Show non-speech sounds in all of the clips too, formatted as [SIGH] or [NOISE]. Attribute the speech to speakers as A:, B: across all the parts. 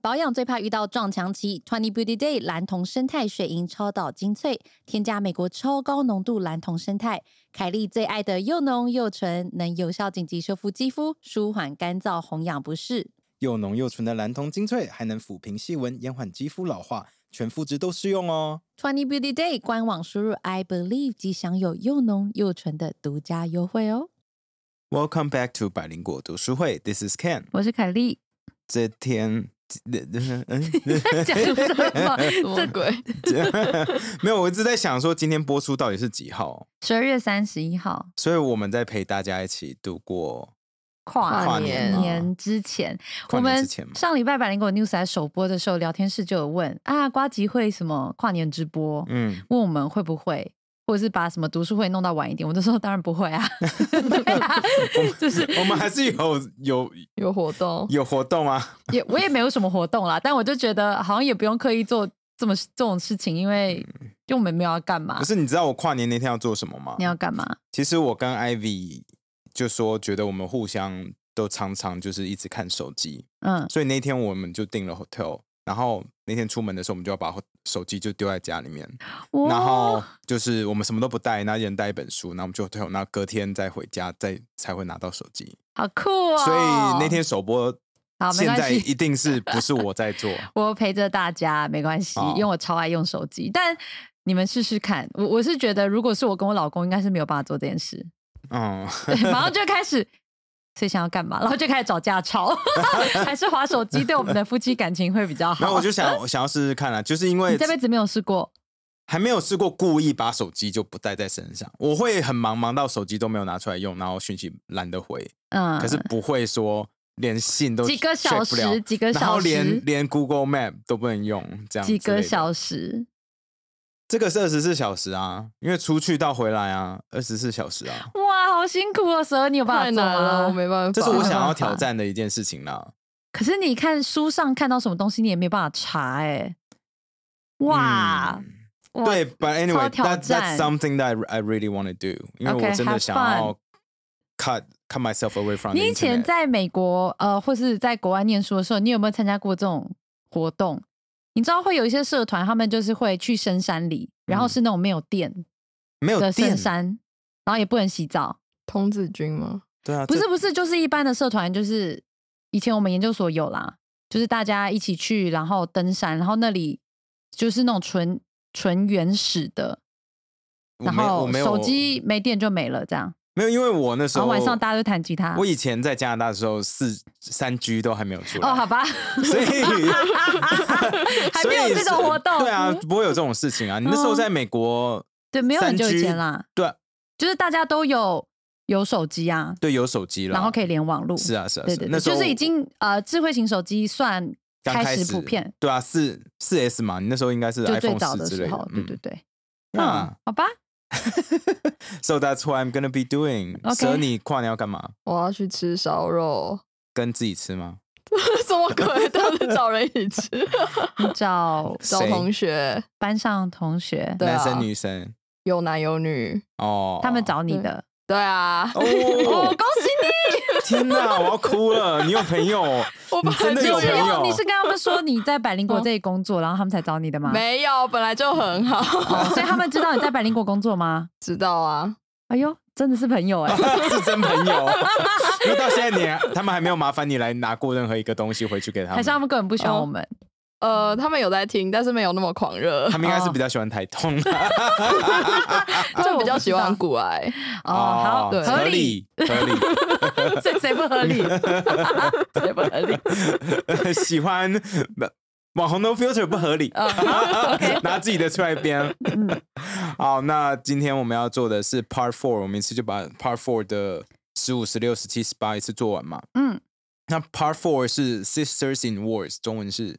A: 保养最怕遇到撞墙期，Twenty Beauty Day 蓝铜生态水银超导精粹，添加美国超高浓度蓝铜生态，凯莉最爱的又浓又纯，能有效紧急修复肌肤，舒缓干燥红痒不适。
B: 又浓又纯的蓝铜精粹还能抚平细纹，延缓肌肤老化，全肤质都适用哦。
A: Twenty Beauty Day 官网输入 I believe 即享有又浓又纯的独家优惠哦。
B: Welcome back to 百灵果读书会，This is Ken。
A: 我是凯 [LAUGHS] 莉，
B: 这天，
A: 讲什 [LAUGHS] 么？
C: 这
A: 这
C: 鬼
B: 没有，我一直在想说今天播出到底是几号，
A: 十二月三十一号
B: 所以我们在陪大家一起度过
A: 跨
C: 跨年
A: 年啊
C: 吗
A: 之前，
B: 跨
A: 我
B: 年之
A: 们
B: 前嘛。
A: 上礼拜百灵果 news 在首播的时候，聊天室就有问啊，瓜吉会什么跨年直播？
B: 嗯，
A: 问我们会不会，或者是把什么读书会弄到晚一点？我就说当然不会
B: [LAUGHS]
A: 啊，对啊，就是
B: 我们还是有有
C: 有活动，
B: 有活动啊，
A: [LAUGHS] 也我也没有什么活动啦，但我就觉得好像也不用刻意做这么这种事情，因为就我们没有要干嘛
B: 嗯可。是你知道我跨年那啊天要做什么吗
A: 你？要干嘛？
B: 其实我跟 Ivy 就说，觉得我们互相都常常就是一直看手机，
A: 嗯，
B: 所以那天我们就订了 hotel，然后那天出门的时候，我们就要把手机就丢在家里面，然后
A: 哇
B: 就是我们什么都不带，那一人带一本书，然后我们就 hotel，然后隔天再回家，再才会拿到手机。
A: 好酷哦！
B: 所以那天首播，
A: 好没
B: 现
A: 关
B: 在
A: 系
B: 一定是不是我在
A: [LAUGHS]
B: 做？
A: 我陪着大家没关系
B: 哦，
A: 因为我超爱用手机。但你们试试看，我我是觉得，如果是我跟我老公，应该是没有办法做这件
B: [LAUGHS]
A: 事，
B: 嗯，
A: 对马上就开始。所以想要干嘛？然后就开始找架
B: [LAUGHS]
A: 吵，还是划手机对我们的夫妻感情会比较好。
B: 然后我就想，我想要试试看啊，就是因为
A: 你这辈子没有试过，
B: 还没有试过故意把手机就不带在身上，我会很忙，忙到手机都没有拿出来用，然后讯息懒得回，
A: 嗯，
B: 可是不会说连信都
A: 几个小
B: check 不了
A: 时，几个
B: 然后
A: 小
B: 连
A: 时，
B: 连 Google Map 都不能用，这样
A: 几
B: 之类
A: 个
B: 的
A: 小时。
B: 这个是二十四小时啊，因为出去到回来啊，二十四小时啊，
A: 哇，好辛苦哦，蛇，你有办法
C: 太
A: 做
C: 难了，我
A: 吗？
C: 没办法。
B: 这是我想
A: 没
C: [LAUGHS]
A: 办
B: 要
A: 法
B: 挑战的一件事情啦。
A: 可是你看书上看到什么东西，你也没办法查哎、哇，
B: 嗯
A: 哇
B: 对，But anyway,
A: 超挑
B: that that's
A: 战
B: something that I really want to do，因为
A: Okay,
B: 我真的
A: have
B: 想要 cut cut myself away from the
A: 你以前
B: internet
A: 在美国呃，或是在国外念书的时候，你有没有参加过这种活动？你知道会有一些社团，他们就是会去深山里，然后
B: 嗯
A: 是那种没有电
B: 没有
A: 的
B: 电
A: 深，山，然后也不能洗澡。
C: 童子军吗？
B: 对啊，
A: 不
B: 这
A: 是不是，就是一般的社团，就是以前我们研究所有啦，就是大家一起去，然后登山，然后那里就是那种纯纯原始的，
B: 我
A: 然
B: 没有我
A: 后
B: 没有
A: 手机没电就没了这样，
B: 没有，因为我那时
A: 然
B: 候
A: 后晚上大家就弹吉他。
B: 我以前在加拿大的时候，四三 G 都还没有出来，
A: 哦，好吧， [LAUGHS]
B: 所以
A: 还没有
B: 所以
A: 这种活动嗯
B: 对啊，不会有这种事情啊。你那时候在美国，
A: 对，没有很久
B: 3G
A: 以前啦，
B: 对啊
A: 就是大家都有有手机啊，
B: 对，有手机了，
A: 然后可以连网络，
B: 是啊是啊，
A: 对
B: 是啊
A: 对
B: 那
A: 对，
B: 时候
A: 就是已经呃智慧型手机算
B: 刚
A: 开
B: 开
A: 始普遍，
B: 对啊，四四 S 嘛，你那时候应该是
A: 就最
B: iPhone
A: 早
B: 四
A: 的
B: 之类
A: 时候
B: 的，，
A: 对
B: 嗯
A: 对对，嗯
B: 啊，
A: 好吧，
B: So that's what I'm gonna be doing。
A: OK
B: 蛇，你跨年要干嘛？
C: 我要去吃烧肉，
B: 跟自己吃吗？
C: [LAUGHS] 什么鬼？都是找人一 [LAUGHS] 起吃，
A: 你
B: [LAUGHS]
A: 找
C: 找
B: 谁
C: 同学，
A: 班上同学，
C: 对啊
B: 男生女生
C: 有男有女，
B: 哦，
A: 他们找你的，
C: 对啊，
A: 哦，
B: 哦，
A: 恭喜
B: 天哪，我要哭了！你有朋友？
C: 我本
B: 真
C: 来
A: 你！
B: 的有
C: 就
A: 你是
B: 朋友啊
A: 用你是跟他们说你在百灵果这里工作，然后他们才找你的吗？
C: 没有，本来就很好， [LAUGHS]
A: 哦，所以他们知道你在百灵果工作吗？
C: 知道啊，
A: 哎呦，真的是朋友
B: [LAUGHS]
A: 哎、
B: 是真朋
A: [LAUGHS]
B: 友，因为到现在你还他们还没有麻烦你来拿过任何一个东西回去给他
A: 还
B: 们
A: 是，他们根本不喜欢
C: 哦
A: 我们？
B: 嗯
C: 呃，他们有在听，但是没有那么狂热
B: 他，们应该是比较喜欢台通的哦啊
C: 他们比较喜欢古癌，
A: 哦，
B: 嗯
A: 好，
C: 对
A: 合
B: 合
A: 理，
B: 理合理，
A: [LAUGHS] 谁谁不合
B: [LAUGHS]
A: 理？谁不合理？ [LAUGHS]
B: 喜欢网红 No Filter 不合
A: 哦
B: 理， [LAUGHS] 拿自己的出来编。
A: 嗯
B: 好，那今天我们要做的是 Part Four，我们一次就把 Part Four 的十五、十六、十七、十八一次做完嘛。
A: 嗯，
B: 那 Part Four 是 Sisters in Wars，中文是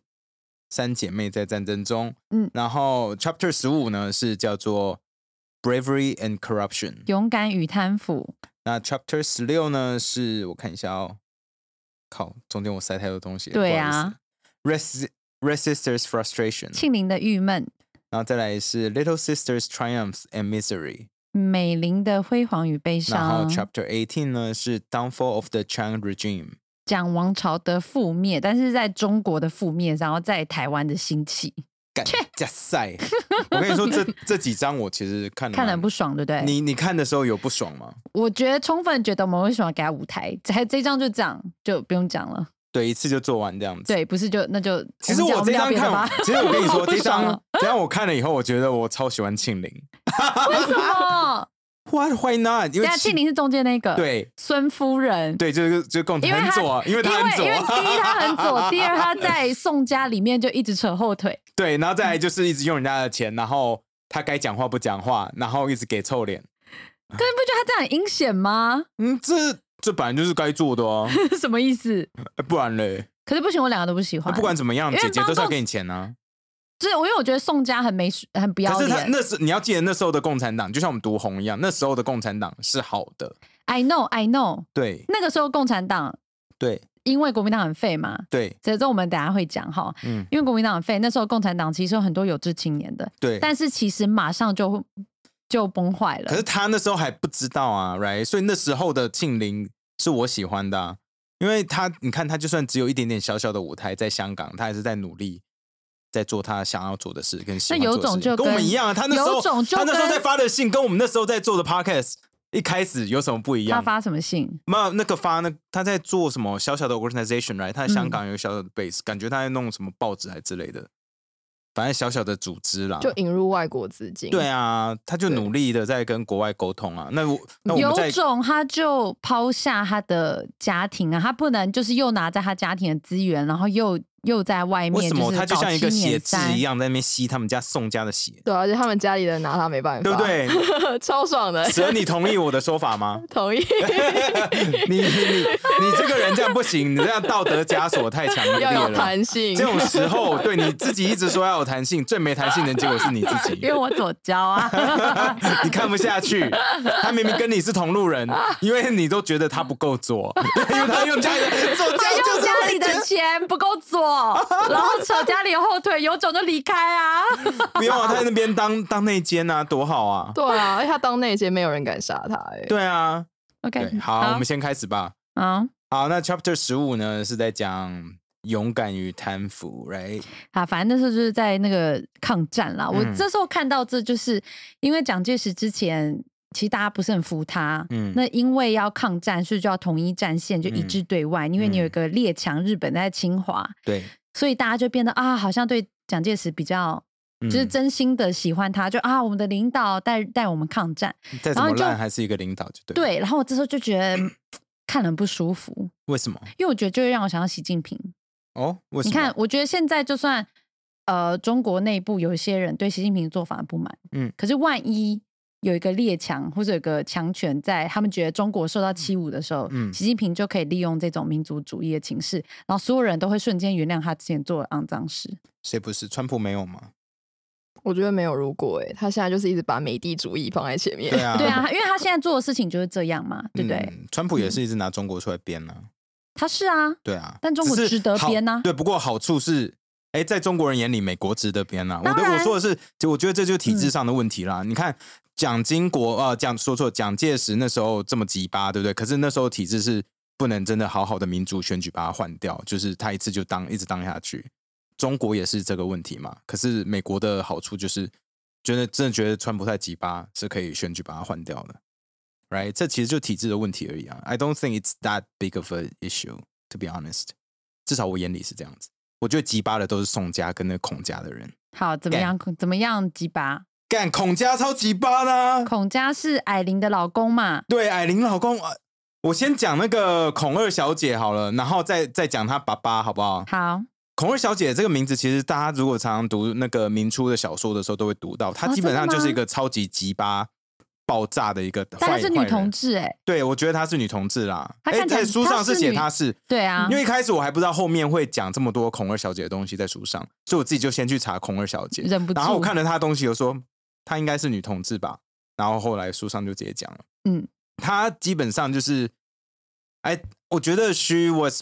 B: 三姐妹在战争中。
A: 嗯
B: 然后 Chapter 十五呢是叫做 Bravery and Corruption。
A: 勇敢与贪腐，
B: 那 Chapter 十六呢是我看一下哦，靠，中间我塞太多东西了。
A: 对
B: 不好意
A: 啊
B: 思，，Res Resistors Frustration，
A: 庆龄的郁闷，
B: 然后再来是 Little Sisters Triumphs and Misery，
A: 美玲的辉煌与悲
B: 然
A: 伤，
B: 后 Chapter eighteen 呢是 Downfall of the Chang Regime。
A: 讲王朝的覆灭，但是在中国的覆灭，然后在台湾的兴起，
B: 干加
A: [LAUGHS]
B: 塞！我跟你说，这这几章我其实看
A: 看得
B: 蛮
A: 很不爽，对不对？
B: 嗯你你看的时候有不爽吗？
A: 我觉得充分觉得我们为什么给他舞台？还这一张就这样，就不用讲了。
B: 对，一次就做完这样子。
A: 对，不是就那就
B: [LAUGHS] 其实我
A: 们
B: 这
A: 讲
B: 张
A: 们聊别的
B: 看
A: 吧，，
B: 其实我
A: [LAUGHS]
B: 跟你说，
A: 不
B: 这
A: 爽
B: 张
A: 了
B: 这张我看了以后，我觉得我超喜欢庆龄。 [LAUGHS]
A: 为什么？
B: What why [LAUGHS] not？
A: 等
B: 因为
A: 下啊庆龄是中间那个，，
B: 对
A: 孙夫人。
B: 对，就是就是共同
A: 因为
B: 很
A: 他
B: 左，因为
A: 因
B: 他
A: 为
B: 很
A: 因为第一
B: 左，
A: 他很左，第二他在宋家里面就一直扯后
B: [LAUGHS]
A: 腿，
B: 对，然后再来就是一直用人家的钱，然后他该讲话不讲话，然后一直给臭脸。
A: 可是你不觉得他这样很阴险吗？
B: 嗯，这这本来就是该做
A: [LAUGHS]
B: 的哦、
A: 什么意思？
B: 呃不然嘞，
A: 可是不行，我两个都不喜
B: 那
A: 欢。
B: 不管怎么样，
A: 因为
B: 姐姐
A: 帮
B: 都是要
A: 共
B: 给你钱啊。
A: 就是我，因为我觉得宋家很没水很不要
B: 可是他
A: 脸。
B: 那时你要记得那时候的共产党，就像我们读红一样，那时候的共产党是好的，
A: I know, I know。
B: 对
A: 那个时候共产党
B: 对
A: 因为国民党很废嘛，
B: 对，
A: 这这我们等一下会讲哈。
B: 嗯
A: 因为国民党很废，那时候共产党其实有很多有志青年的，
B: 对。
A: 但是其实马上就就崩坏了。
B: 可是他那时候还不知道啊，right？所以那时候的庆龄是我喜欢的啊、因为他你看他就算只有一点点小小的舞台在香港，他还是在努力。在做他想要做的事，跟喜欢
A: 那有
B: 做的事
A: 种就
B: 跟我们
A: 跟
B: 一样啊。他那时候
A: 有种就
B: 他那时候
A: 跟
B: 在发的信，跟我们那时候在做的 podcast 一开始有什么不一
A: 他
B: 样？
A: 发什么信？
B: 那那个发那他在做什么小小的 organization right？他在香
A: 嗯
B: 港有小小的 base，、感觉他在弄什么报纸还之类的，反正小小的组织啦。
C: 就引入外国资金。
B: 对啊，他就
C: 对
B: 努力的在跟国外沟通啊。那我那我们
A: 有
B: 在
A: 种他就抛下他的家庭啊，他不能就是又拿着他家庭的资源，然后又又在外面
B: 为什么
A: 是
B: 他就
A: 搞
B: 像一个
A: 七年
B: 血痣
A: 三
B: 一样在那边吸他们家宋家的血，
C: 对啊，而且他们家里人拿他没办法，
B: 对不？对？
C: [LAUGHS]
A: [LAUGHS]
C: 超爽的，？
B: 蛇，你同意我的说法吗
C: [LAUGHS]
B: [LAUGHS]
C: 同意
B: 你你你你这个人这样不行，你这样道德枷锁太强烈
C: 要有
B: 了。
C: 弹性
B: 这。种时候，对你自己一直说要有弹性，最没弹性的结果是你自己
A: 因。为我左交
B: [LAUGHS]
A: 啊，
B: 你看不下去，他明明跟你是同路人，因为你都觉得他不够左， [LAUGHS] 因为他用家里的左家就
A: 用
B: 是
A: 家
B: 会
A: 里
B: 觉
A: 的
B: 得
A: 钱不够左，然后扯家里的后腿，有种就离开啊！
B: 不用啊，他在那边当当内奸啊，多好啊！
C: 对啊，而且他当内奸，没有人敢杀他、哎，
B: 对啊，对，
A: OK，
B: 好，我们先开始吧。
A: 好
B: 好，那 Chapter 十五呢是在讲勇敢与贪腐，right？
A: 啊，反正那时候就是在那个抗战啦。我
B: 嗯
A: 这时候看到这，就是因为蒋介石之前其实大家不是很服他，
B: 嗯
A: 那因为要抗战，所以就要统一战线，就一致对外。因为
B: 嗯
A: 你有一个列强日本在侵华，
B: 对，
A: 所以大家就变得啊，好像对蒋介石比较。
B: 嗯
A: [LAUGHS] 就是真心的喜欢他，就啊，我们的领导带带我们抗战，
B: 再怎
A: 然
B: 么
A: 后就
B: 烂还是一个领导，就对。，
A: 对。然后我这时候就觉得看了很不舒服，
B: 为什么？
A: 因为我觉得就会让我想到习近平。
B: 哦，为什
A: 你
B: 么？
A: 看，，我觉得现在就算呃中国内部有一些人对习近平的做法不满，
B: 嗯
A: 嗯，可是万一有一个列强或者有个强权在，他们觉得中国受到欺侮的时候，
B: 嗯
A: 嗯，习近平就可以利用这种民族主义的情势，然后所有人都会瞬间原谅他之前做的肮脏事。
B: 谁不是？川普没有吗？
C: 我觉得没有如果、哎，他现在就是一直把美帝主义放在前面。
B: 对
A: [LAUGHS]
B: 啊，
A: 对啊，因为他现在做的事情就是这样嘛，对不对？
B: 嗯川普也是一直拿中国出来编啊。
A: 他是啊，
B: 对啊，
A: 但中国
B: 只是
A: 值得
B: 好
A: 编啊
B: 对，不过好处是，哎，在中国人眼里，美国值得编啊。我
A: 当
B: 对我
A: 然嗯
B: 说的是，就我觉得这就是体制上的问题啦。你看蒋经国啊，呃蒋说错，蒋介石那时候这么鸡巴，对不对？可是那时候体制是不能真的好好的民主选举把它换掉，就是他一次就当一直当下去。中国也是这个问题嘛。可是美国的好处就是，觉得真的觉得川普太鸡巴，是可以选举把它换掉的。Right，这其实就体制的问题而已啊。I don't think it's that big of a issue, to be honest。至少我眼里是这样子。我觉得鸡巴的都是宋家跟那孔家的人，
A: 好，怎么样？怎么样？鸡巴，
B: 干孔家超鸡巴的、啊。
A: 孔家是矮玲的老公嘛？
B: 对，矮玲老公，呃我先讲那个孔二小姐好了，然后再再讲她爸爸好不好？
A: 好，
B: 孔二小姐这个名字，其实大家如果常常读那个明初的小说的时候，都会读到，她
A: 哦
B: 基本上
A: 真的
B: 就
A: 吗
B: 是一个超级鸡巴爆炸的一个
A: 但她
B: 坏
A: 是
B: 坏
A: 女
B: 人
A: 同志、欸，哎，
B: 对，我觉得她是女同志啦。
A: 她
B: 哎
A: 看起来
B: 在书上
A: 她是
B: 是写
A: 女
B: 她是，
A: 对啊，
B: 因为一开始我还不知道后面会讲这么多孔二小姐的东西在书上，所以我自己就先去查孔二小姐，
A: 忍不住，
B: 然后我看了她的东西，我说她应该是女同志吧，然后后来书上就直接讲了，
A: 嗯，
B: 她基本上就是，哎，我觉得 she was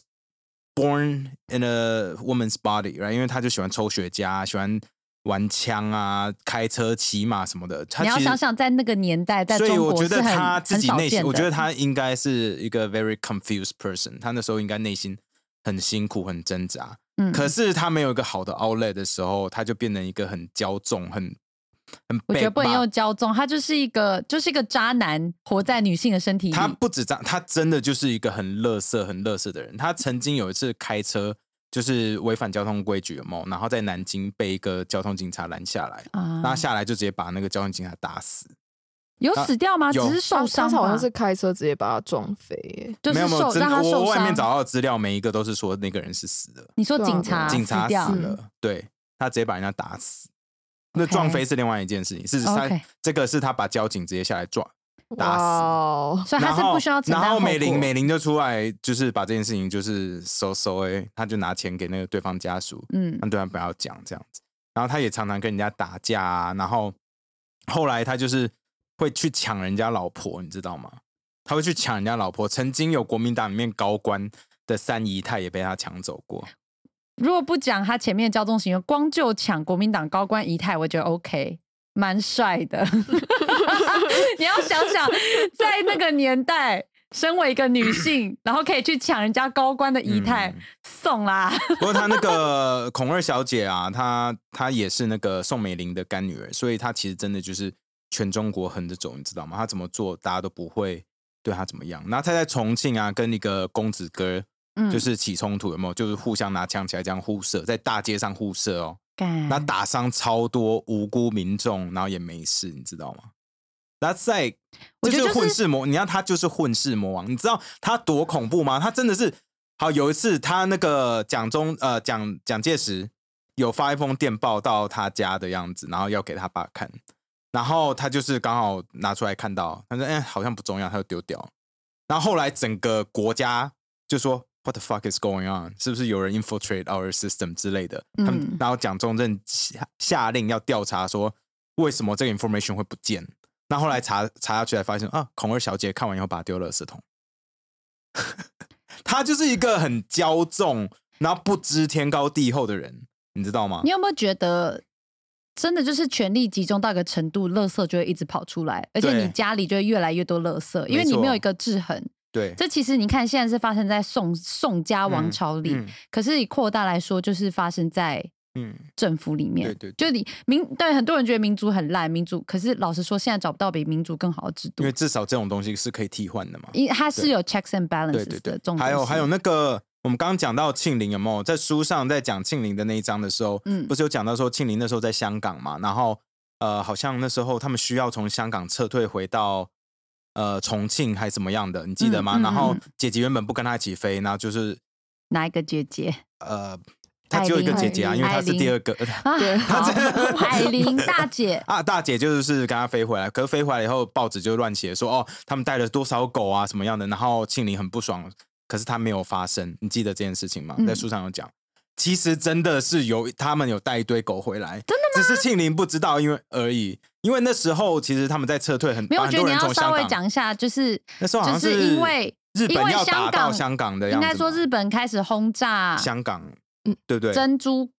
B: born in a woman's body，right？因为她就喜欢抽雪茄，喜欢玩枪啊、开车、骑马什么的。他
A: 你要
B: 其实
A: 想想，在那个年代，在
B: 所以
A: 中
B: 我
A: 国
B: 觉
A: 是
B: 得
A: 很
B: 他自
A: 很
B: 己
A: 少
B: 内心，
A: 见
B: 我觉
A: 的
B: 得他应该是一个 very confused person。他那时候应该内心很辛苦、很挣扎。
A: 嗯
B: 可是他没有一个好的 outlet 的时候，他就变成一个很骄纵、很很
A: 我觉
B: 被
A: 得不能
B: 骂
A: 用骄纵，他就是一个就是一个渣男，活在女性的身体里。
B: 他不止这样，他真的就是一个很乐色、很乐色的人。他曾经有一次开车就是违反交通规矩，有没有然后在南京被一个交通警察拦下来，
A: 啊
B: 拉下来就直接把那个交通警察打死。
A: 有死掉吗？只
B: 有
A: 是受
C: 他
A: 伤吧，
C: 好像是开车直接把他撞飞欸耶。
A: 就是
B: 没有没有，
A: 受
B: 真
A: 让
B: 的，
A: 他
B: 我
A: 受
B: 我外
A: 伤
B: 面。找到的资料，每一个都是说那个人是死的，
A: 你说
C: 对啊
A: 警
C: 对
A: 察
C: 啊
B: 警察
A: 死掉
B: 死
C: 嗯
B: 了，对他直接把人家打死。那
A: OK
B: 撞飞是另外一件事情，是他
A: OK
B: 这个是他把交警直接下来撞，打死
C: 哇，哦
A: 所以他
B: 然
A: 是
B: 后
A: 不需要承
B: 然
A: 担
B: 后
A: 后
B: 美玲
A: 果
B: 美玲就出来，就是把这件事情就是收收哎，他就拿钱给那个对方家属，
A: 嗯
B: 让对方不要讲这样子。然后他也常常跟人家打架啊，然后后来他就是会去抢人家老婆，你知道吗？他会去抢人家老婆。曾经有国民党里面高官的三姨太也被他抢走过。
A: 如果不讲他前面的交通行为，光就抢国民党高官仪态，我觉得 OK，蛮帅的。 [LAUGHS] 你要想想，在那个年代，身为一个女性，然后可以去抢人家高官的仪态，
B: 嗯
A: 送啦。
B: 不过他那个孔二小姐啊，她她也是那个宋美龄的干女儿，所以她其实真的就是全中国横着走，你知道吗？她怎么做，大家都不会对她怎么样。然后她在重庆啊，跟一个公子哥
A: 嗯
B: 就是起冲突，有没有？就是互相拿枪起来这样互射，在大街上互射哦，
A: 干
B: 那打伤超多无辜民众，然后也没事，你知道吗？That's like，
A: 我觉得
B: 是
A: 就是
B: 混世魔，你看他就是混世魔王，你知道他多恐怖吗？他真的是，好有一次他那个蒋中呃蒋蒋介石有发一封电报到他家的样子，然后要给他爸看，然后他就是刚好拿出来看到，他说哎、好像不重要，他就丢掉。然后后来整个国家就说 What the fuck is going on？是不是有人 infiltrate our system 之类的？他们
A: 嗯
B: 然后蒋中正下下令要调查说为什么这个 information 会不见。那后来查查下去才发现啊，孔二小姐看完以后把它丢了垃圾桶。 [LAUGHS] 他就是一个很骄纵，然后不知天高地厚的人，你知道吗
A: 你？有没有觉得，真的就是权力集中到一个程度，垃圾就会一直跑出来，而且
B: 对
A: 你家里就会越来越多垃圾，因为你
B: 没错
A: 没有一个制衡。
B: 对，
A: 这其实你看，现在是发生在宋宋家王
B: 嗯
A: 朝里，
B: 嗯
A: 可是以扩大来说，就是发生在
B: 嗯，
A: 政府里面。
B: 对对对
A: 就你民对很多人觉得民主很烂，民主可是老实说，现在找不到比民主更好的制度
B: 因为，至少这种东西是可以替换的嘛。
A: 因它是有 checks and
B: 对
A: balances
B: 对
A: 的
B: 对
A: 重，
B: 还有
A: 点是
B: 还有那个，我们刚刚讲到庆龄有没有在书上在讲庆龄的那一章的时候，
A: 嗯
B: 不是有讲到说庆龄那时候在香港嘛，然后呃，好像那时候他们需要从香港撤退回到呃重庆还是怎么样的，你记得吗？
A: 嗯嗯
B: 然后
A: 嗯
B: 姐姐原本不跟他一起飞，然后就是
A: 哪一个姐
B: [LAUGHS]
A: 姐
B: 呃，她只有一个
A: 艾
B: 姐
A: 琳
B: 姐啊，因为
A: 艾
B: 她是
A: 琳
B: 第二个。。
A: 啊？ [LAUGHS]
C: 对
A: 好，海玲大姐
B: [LAUGHS] 啊，大姐就是跟她飞回来，可是飞回来以后，报纸就乱写说哦，他们带了多少狗啊，什么样的，然后庆龄很不爽，可是她没有发声，你记得这件事情吗？
A: 嗯
B: 在书上有讲，其实真的是有他们有带一堆狗回来，真的吗？只是庆龄不知道，因为而已，因为那时候其实他们在撤退很，
A: 没有，我
B: 很
A: 觉得
B: 多
A: 你
B: 人
A: 要
B: 从
A: 稍
B: 香
A: 微
B: 港，
A: 讲一下，就是
B: 那时候好
A: 就
B: 像
A: 是因为
B: 日
A: 因
B: 本
A: 为
B: 要
A: 香
B: 打到
A: 港
B: 香港的样
A: 应
B: 子嘛，
A: 该说日本开始轰炸
B: 香港，
C: 嗯
B: 对不对？
A: 珍珠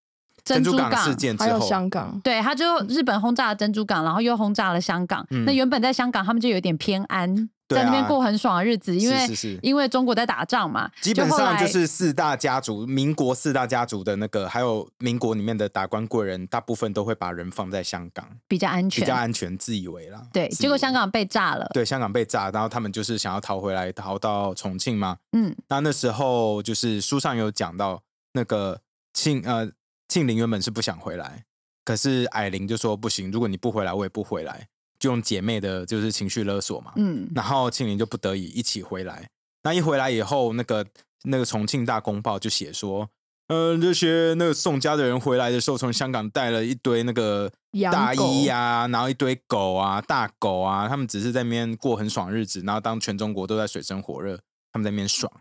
B: 珍
A: 珠
B: 珠港事件之
C: 还有
B: 后，
C: 香港，
A: 对，他就日本轰炸了珍珠港，然后又轰炸了香港。
B: 嗯
A: 那原本在香港，他们就有点偏安，
B: 对
A: 在那边
B: 啊
A: 过很爽的日子，因
B: 是
A: 为
B: 是是
A: 因为中国在打仗嘛。
B: 基本
A: 就后
B: 上
A: 来
B: 就是四大家族，民国四大家族的那个，还有民国里面的达官贵人，大部分都会把人放在香港，
A: 比较安
B: 比
A: 全，
B: 较安全，自以为啦。
A: 对。
B: 自以为
A: 结果香港被炸了，
B: 对香港被炸，然后他们就是想要逃回来，逃到重庆嘛。
A: 嗯，
B: 那那时候就是书上有讲到，那个庆呃庆龄原本是不想回来，可是矮玲就说不行，如果你不回来，我也不回来，就用姐妹的就是情绪勒索嘛。
A: 嗯，
B: 然后庆龄就不得已一起回来。那一回来以后，那个那个重庆大公报就写说，呃，这些那个宋家的人回来的时候，从香港带了一堆那个
C: 养
B: 大衣
C: 狗
B: 呀、然后一堆狗啊、大狗啊，他们只是在那边过很爽日子，然后当全中国都在水深火热，他们在那边爽。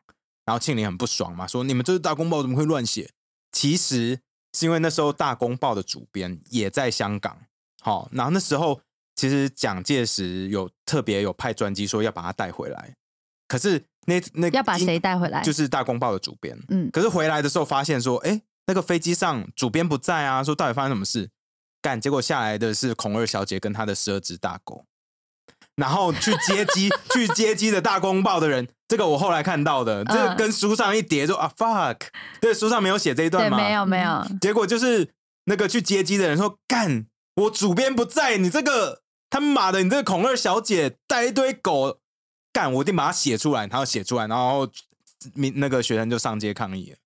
B: 然后庆龄很不爽嘛，说你们这是大公报怎么会乱写？其实是因为那时候大公报的主编也在香港，好、然后那时候其实蒋介石有特别有派专机说要把他带回来，可是那那
A: 要把谁带回来？
B: 就是大公报的主编，
A: 嗯
B: 可是回来的时候发现说，哎，那个飞机上主编不在啊，说到底发生什么事？干，结果下来的是孔二小姐跟她的十二只大狗，然后去接
A: [LAUGHS]
B: 机去接机的大公报的人，这个我后来看到的，这个
A: 嗯
B: 跟书上一叠说啊 fuck，对，书上没有写这一
A: 对，
B: 段吗？
A: 没有没有，
B: 结果就是那个去接机的人说：“干，我主编不在，你这个他妈的，你这个孔二小姐带一堆狗，干，我一定把它写出来。”然后写出来，然后明那个学生就上街抗议了。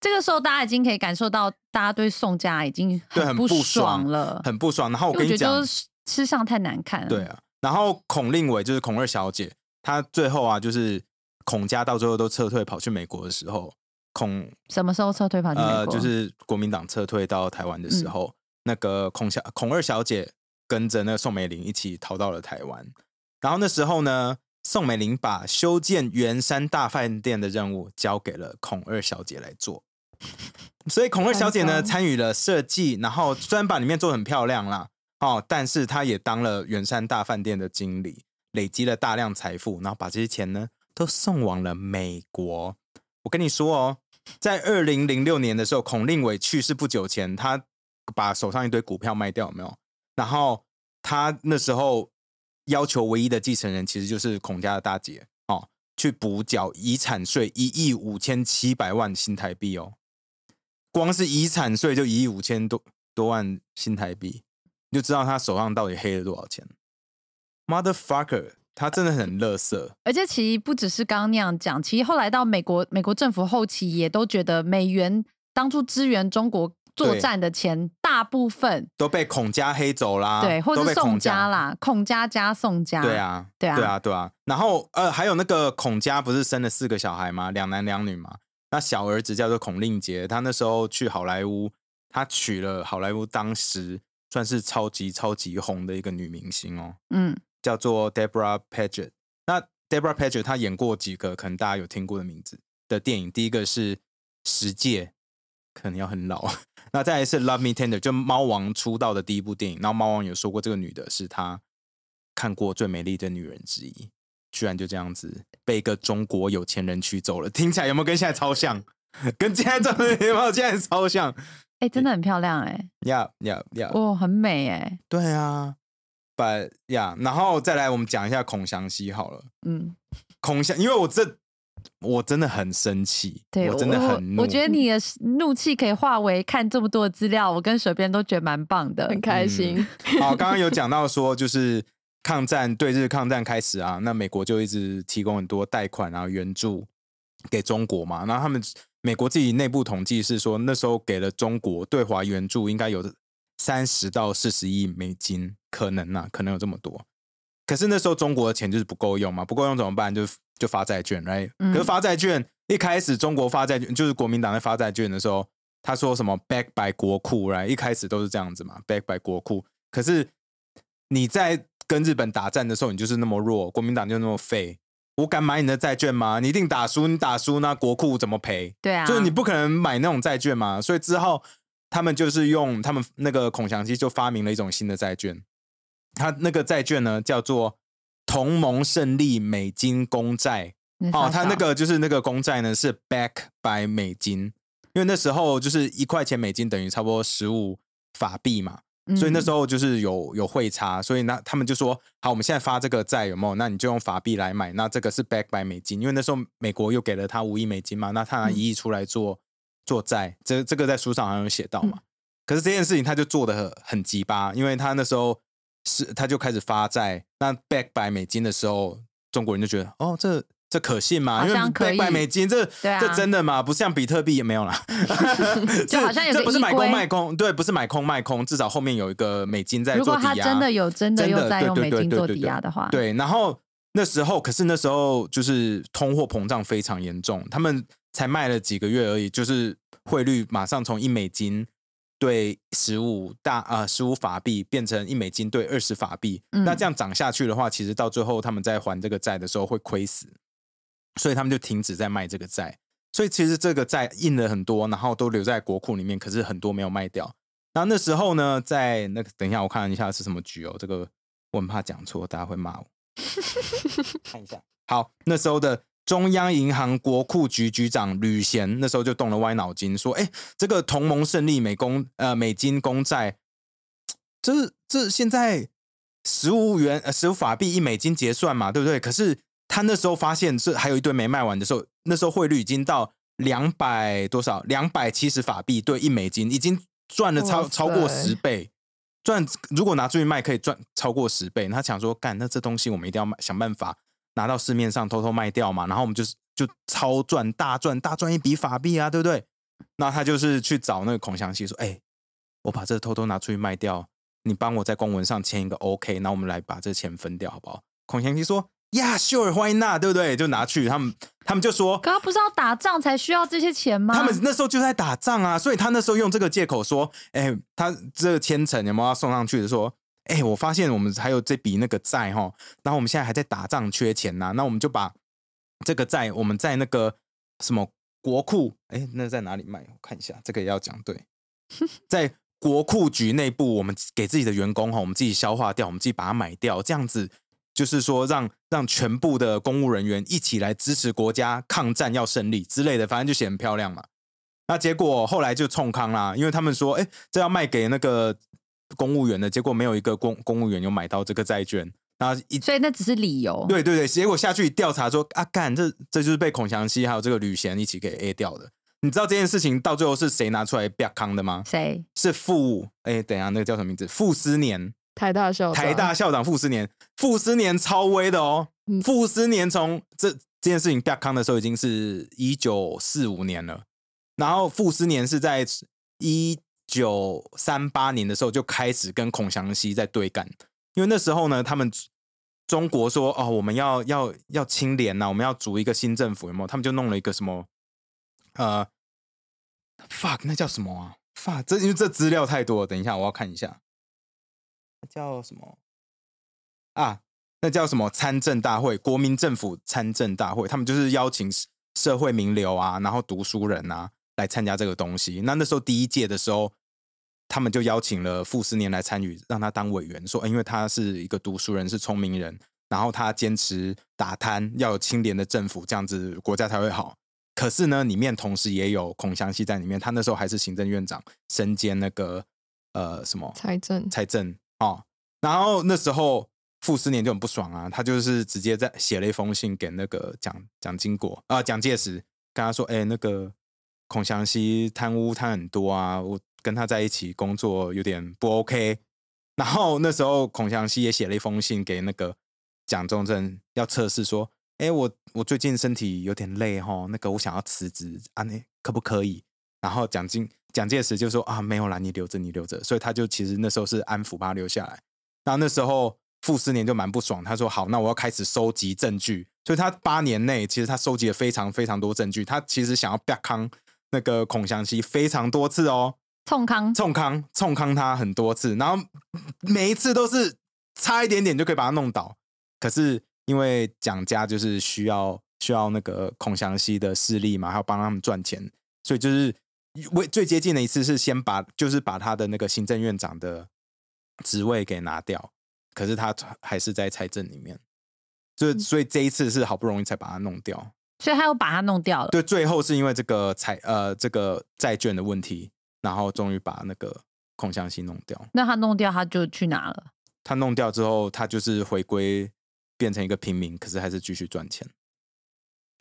A: 这个时候大家已经可以感受到，大家对宋佳已经
B: 对很
A: 不
B: 不
A: 爽
B: 爽
A: 了，
B: 很不爽。然后
A: 因
B: 我
A: 为
B: 跟
A: 觉
B: 你
A: 得
B: 讲
A: 就，是吃相太难看了。
B: 对啊，然后孔令伟就是孔二小姐，她最后啊，就是孔家到最后都撤退跑去美国的时候，孔
A: 什么时候撤退跑去美国？嗯
B: 呃，就是国民党撤退到台湾的时候，那个孔小孔二小姐跟着那个宋美龄一起逃到了台湾。然后那时候呢，宋美龄把修建圆山大饭店的任务交给了孔二小姐来做。所以孔二小姐
A: 难
B: 呢
A: 道
B: 参与了设计，然后虽然把里面做得很漂亮啦，哦，但是她也当了圆山大饭店的经理，累积了大量财富，然后把这些钱呢都送往了美国。我跟你说哦，在二零零六年的时候，孔令伟去世不久前，他把手上一堆股票卖掉，有没有？然后他那时候要求唯一的继承人其实就是孔家的大姐哦，去补缴遗产税一亿五千七百万新台币哦，光是遗产税就一亿五千多多万新台币，你就知道他手上到底黑了多少钱。Motherfucker，他真的很乐色，
A: 而且其实不只是刚刚那样讲，其实后来到美国，美国政府后期也都觉得美元当初支援中国作
B: 对
A: 战的钱，大部分
B: 都被孔家黑走啦，
A: 对，或
B: 啊都
A: 是
B: 被孔
A: 宋家啦，孔家加宋家，
B: 对，啊，
A: 对啊
B: 对啊，对啊。然后呃，还有那个孔家不是生了四个小孩吗？两男两女嘛。那小儿子叫做孔令杰，他那时候去好莱坞，他娶了好莱坞当时算是超级超级红的一个女明星哦，
A: 嗯，
B: 叫做 Deborah Paget。那 Deborah Paget 她演过几个可能大家有听过的名字的电影，第一个是《十戒》，可能要很老。 [LAUGHS] 那再来是《Love Me Tender》，就猫王出道的第一部电影。然后猫王有说过，这个女的是他看过最美丽的女人之一，居然就这样子被一个中国有钱人娶走了。 [LAUGHS] 听起来有没有跟现在超像？跟现在这有没有现在超像？
A: 哎、真的很漂亮哎、
B: 呀呀呀！
A: 哇、很美哎、
B: 对啊，把呀，然后再来我们讲一下孔祥熙好了。
A: 嗯，
B: 孔祥，因为我这我真的很生气，
A: 对，
B: 我真的很怒，
A: 我觉得
B: [LAUGHS]
A: 你的怒气可以化为看这么多的资料，我跟水边都觉得蛮棒的
C: 很。开心。
B: [LAUGHS] 好，刚刚有讲到说，就是抗战对日抗战开始啊，那美国就一直提供很多贷款啊援助给中国嘛。然后他们美国自己内部统计是说，那时候给了中国对华援助应该有三十到四十亿美金，可能啊，可能有这么多。可是那时候中国的钱就是不够用嘛，不够用怎么办？就就发债券，right？、
A: 嗯
B: 可是发债券一开始中国发债券就是国民党在发债券的时候，他说什么 back by 国库，right？一开始都是这样子嘛，back by 国库。可是你在跟日本打战的时候，你就是那么弱，国民党就那么废，我敢买你的债券吗？你一定打输，你打输那国库怎么赔？
A: 对啊，
B: 就是你不可能买那种债券嘛，所以之后他们就是用他们那个孔祥熙就发明了一种新的债券，他那个债券呢叫做同盟胜利美金公债
A: 你傻，
B: 哦他
A: 傻
B: 那个就是那个公债呢是 back by 美金，因为那时候就是一块钱美金等于差不多十五法币嘛，所以那时
A: 候
B: 候就是有有汇差，所以那他们就说，好，我们现在发这个债有没有？那你就用法币来买，那这个是 back by 美金，因为那时候美国又给了他五亿美金嘛，那
A: 嗯
B: 他拿一亿出来做、做债，这这个在书上好像有写到
A: 嗯
B: 嘛。可是这件事情他就做的很很鸡巴，因为他那时候是他就开始发债，那 back by 美金的时候，中国人就觉得哦，这这可信吗？
A: 好
B: 因为
A: 像可以
B: back by 美金，这、
A: 对啊
B: 这真的吗？不像比特币也没有啦，
A: [LAUGHS] 就好像有个
B: [LAUGHS] 这不是
A: 依
B: 买
A: 归
B: 空卖空，对，不是买空卖空，至少后面有一个美金在
A: 如
B: 做
A: 果
B: 抵押。
A: 他真的有真的
B: 真的
A: 又在用
B: 对
A: 美
B: 对
A: 金
B: 对
A: 做
B: 对
A: 抵
B: 对
A: 押的话，
B: 对，然后那时候，可是那时候就是通货膨胀非常严重，他们才卖了几个月而已，就是汇率马上从一美金对十五大啊十五法币变成一美金对二十法币，
A: 嗯
B: 那这样涨下去的话，其实到最后他们在还这个债的时候会亏死，所以他们就停止在卖这个债。所以其实这个债印了很多，然后都留在国库里面，可是很多没有卖掉。然后那时候呢，在那个等一下，我看一下是什么局哦，这个我很怕讲错，大家会骂我。看一下，好，那时候的中央银行国库局局长吕贤，那时候就动了歪脑筋，说：“哎、这个同盟胜利美公呃美金公债，就是这现在十五元呃十五法币一美金结算嘛，对不对？可是他那时候发现这还有一堆没卖完的时候，那时候汇率已经到两百多少两百七十法币兑一美金，已经赚了超
C: 哇塞
B: 超过十倍。赚如果拿出去卖，可以赚超过十倍。那他想说，干，那这东西我们一定要卖，想办法拿到市面上偷偷卖掉嘛。然后我们就是就超赚大赚大赚一笔法币啊，对不对？那他就是去找那个孔祥熙说：“哎、我把这偷偷拿出去卖掉，你帮我在公文上签一个 OK，然后我们来把这钱分掉，好不好？”孔祥熙说：“Yeah, sure, why not？对不对？就拿去他们，他们就说
A: 可他不是要打仗才需要这些钱吗？
B: 他们那时候就在打仗啊，所以他那时候用这个借口说：‘哎、他这个千层有没有要送上去的？’说。”哎、我发现我们还有这笔那个债哈，然后我们现在还在打仗，缺钱呐、那我们就把这个债，我们在那个什么国库，哎、那在哪里卖？我看一下，这个也要讲对。在国库局内部，我们给自己的员工哈，我们自己消化掉，我们自己把它买掉，这样子就是说让让全部的公务人员一起来支持国家抗战要胜利之类的，反正就写很漂亮嘛。那结果后来就冲康啦，因为他们说，哎、这要卖给那个公务员的，结果没有一个公公务员有买到这个债券，然后一
A: 所以那只是理由。
B: 对对对，结果下去调查说啊，干这这就是被孔祥熙还有这个吕贤一起给 A 掉的。你知道这件事情到最后是谁拿出来啪康的吗？
A: 谁？
B: 是傅哎，等一下那个叫什么名字？傅斯年，
C: 台大校
B: 台大校长傅斯年，傅斯年超威的哦。
C: 嗯
B: 傅斯年从这这件事情啪康的时候已经是一九四五年了，然后傅斯年是在一九三八年的时候就开始跟孔祥熙在对干，因为那时候呢，他们中国说哦，我们要要要清廉呐、我们要组一个新政府，有没有？他们就弄了一个什么呃，fuck，那叫什么啊？fuck，这因为这资料太多了，等一下我要看一下，那叫什么啊？那叫什么参政大会？国民政府参政大会，他们就是邀请社社会名流啊，然后读书人啊来参加这个东西。那那时候第一届的时候，他们就邀请了傅斯年来参与，让他当委员，说、呃因为他是一个读书人，是聪明人，然后他坚持打贪，要有清廉的政府，这样子国家才会好。可是呢，里面同时也有孔祥熙在里面，他那时候还是行政院长，身兼那个呃什么
C: 财政，
B: 财政哦。然后那时候傅斯年就很不爽啊，他就是直接在写了一封信给那个蒋蒋经国啊、蒋介石，跟他说：“哎、那个孔祥熙贪污贪很多啊，我跟他在一起工作有点不 OK。”然后那时候孔祥熙也写了一封信给那个蒋中正，要测试说：“哎、我我最近身体有点累哈，那个我想要辞职啊，那可不可以？”然后蒋经蒋介石就说啊，没有啦，你留着，你留着。所以他就其实那时候是安抚把他留下来。然后那时候傅斯年就蛮不爽，他说好，那我要开始收集证据。所以他八年内其实他收集了非常非常多证据，他其实想要啪康那个孔祥熙非常多次哦，
A: 冲康
B: 冲康冲康他很多次，然后每一次都是差一点点就可以把他弄倒。可是因为蒋家就是需要需要那个孔祥熙的势力嘛，还要帮他们赚钱，所以就是为最接近的一次是先把就是把他的那个行政院长的职位给拿掉，可是他还是在财政里面，就所以这一次是好不容易才把他弄掉。
A: 所以他又把它弄掉了。
B: 对，最后是因为这个财呃这个债券的问题，然后终于把那个孔祥熙弄掉。
A: 那他弄掉，他就去哪了？
B: 他弄掉之后，他就是回归变成一个平民，可是还是继续赚钱，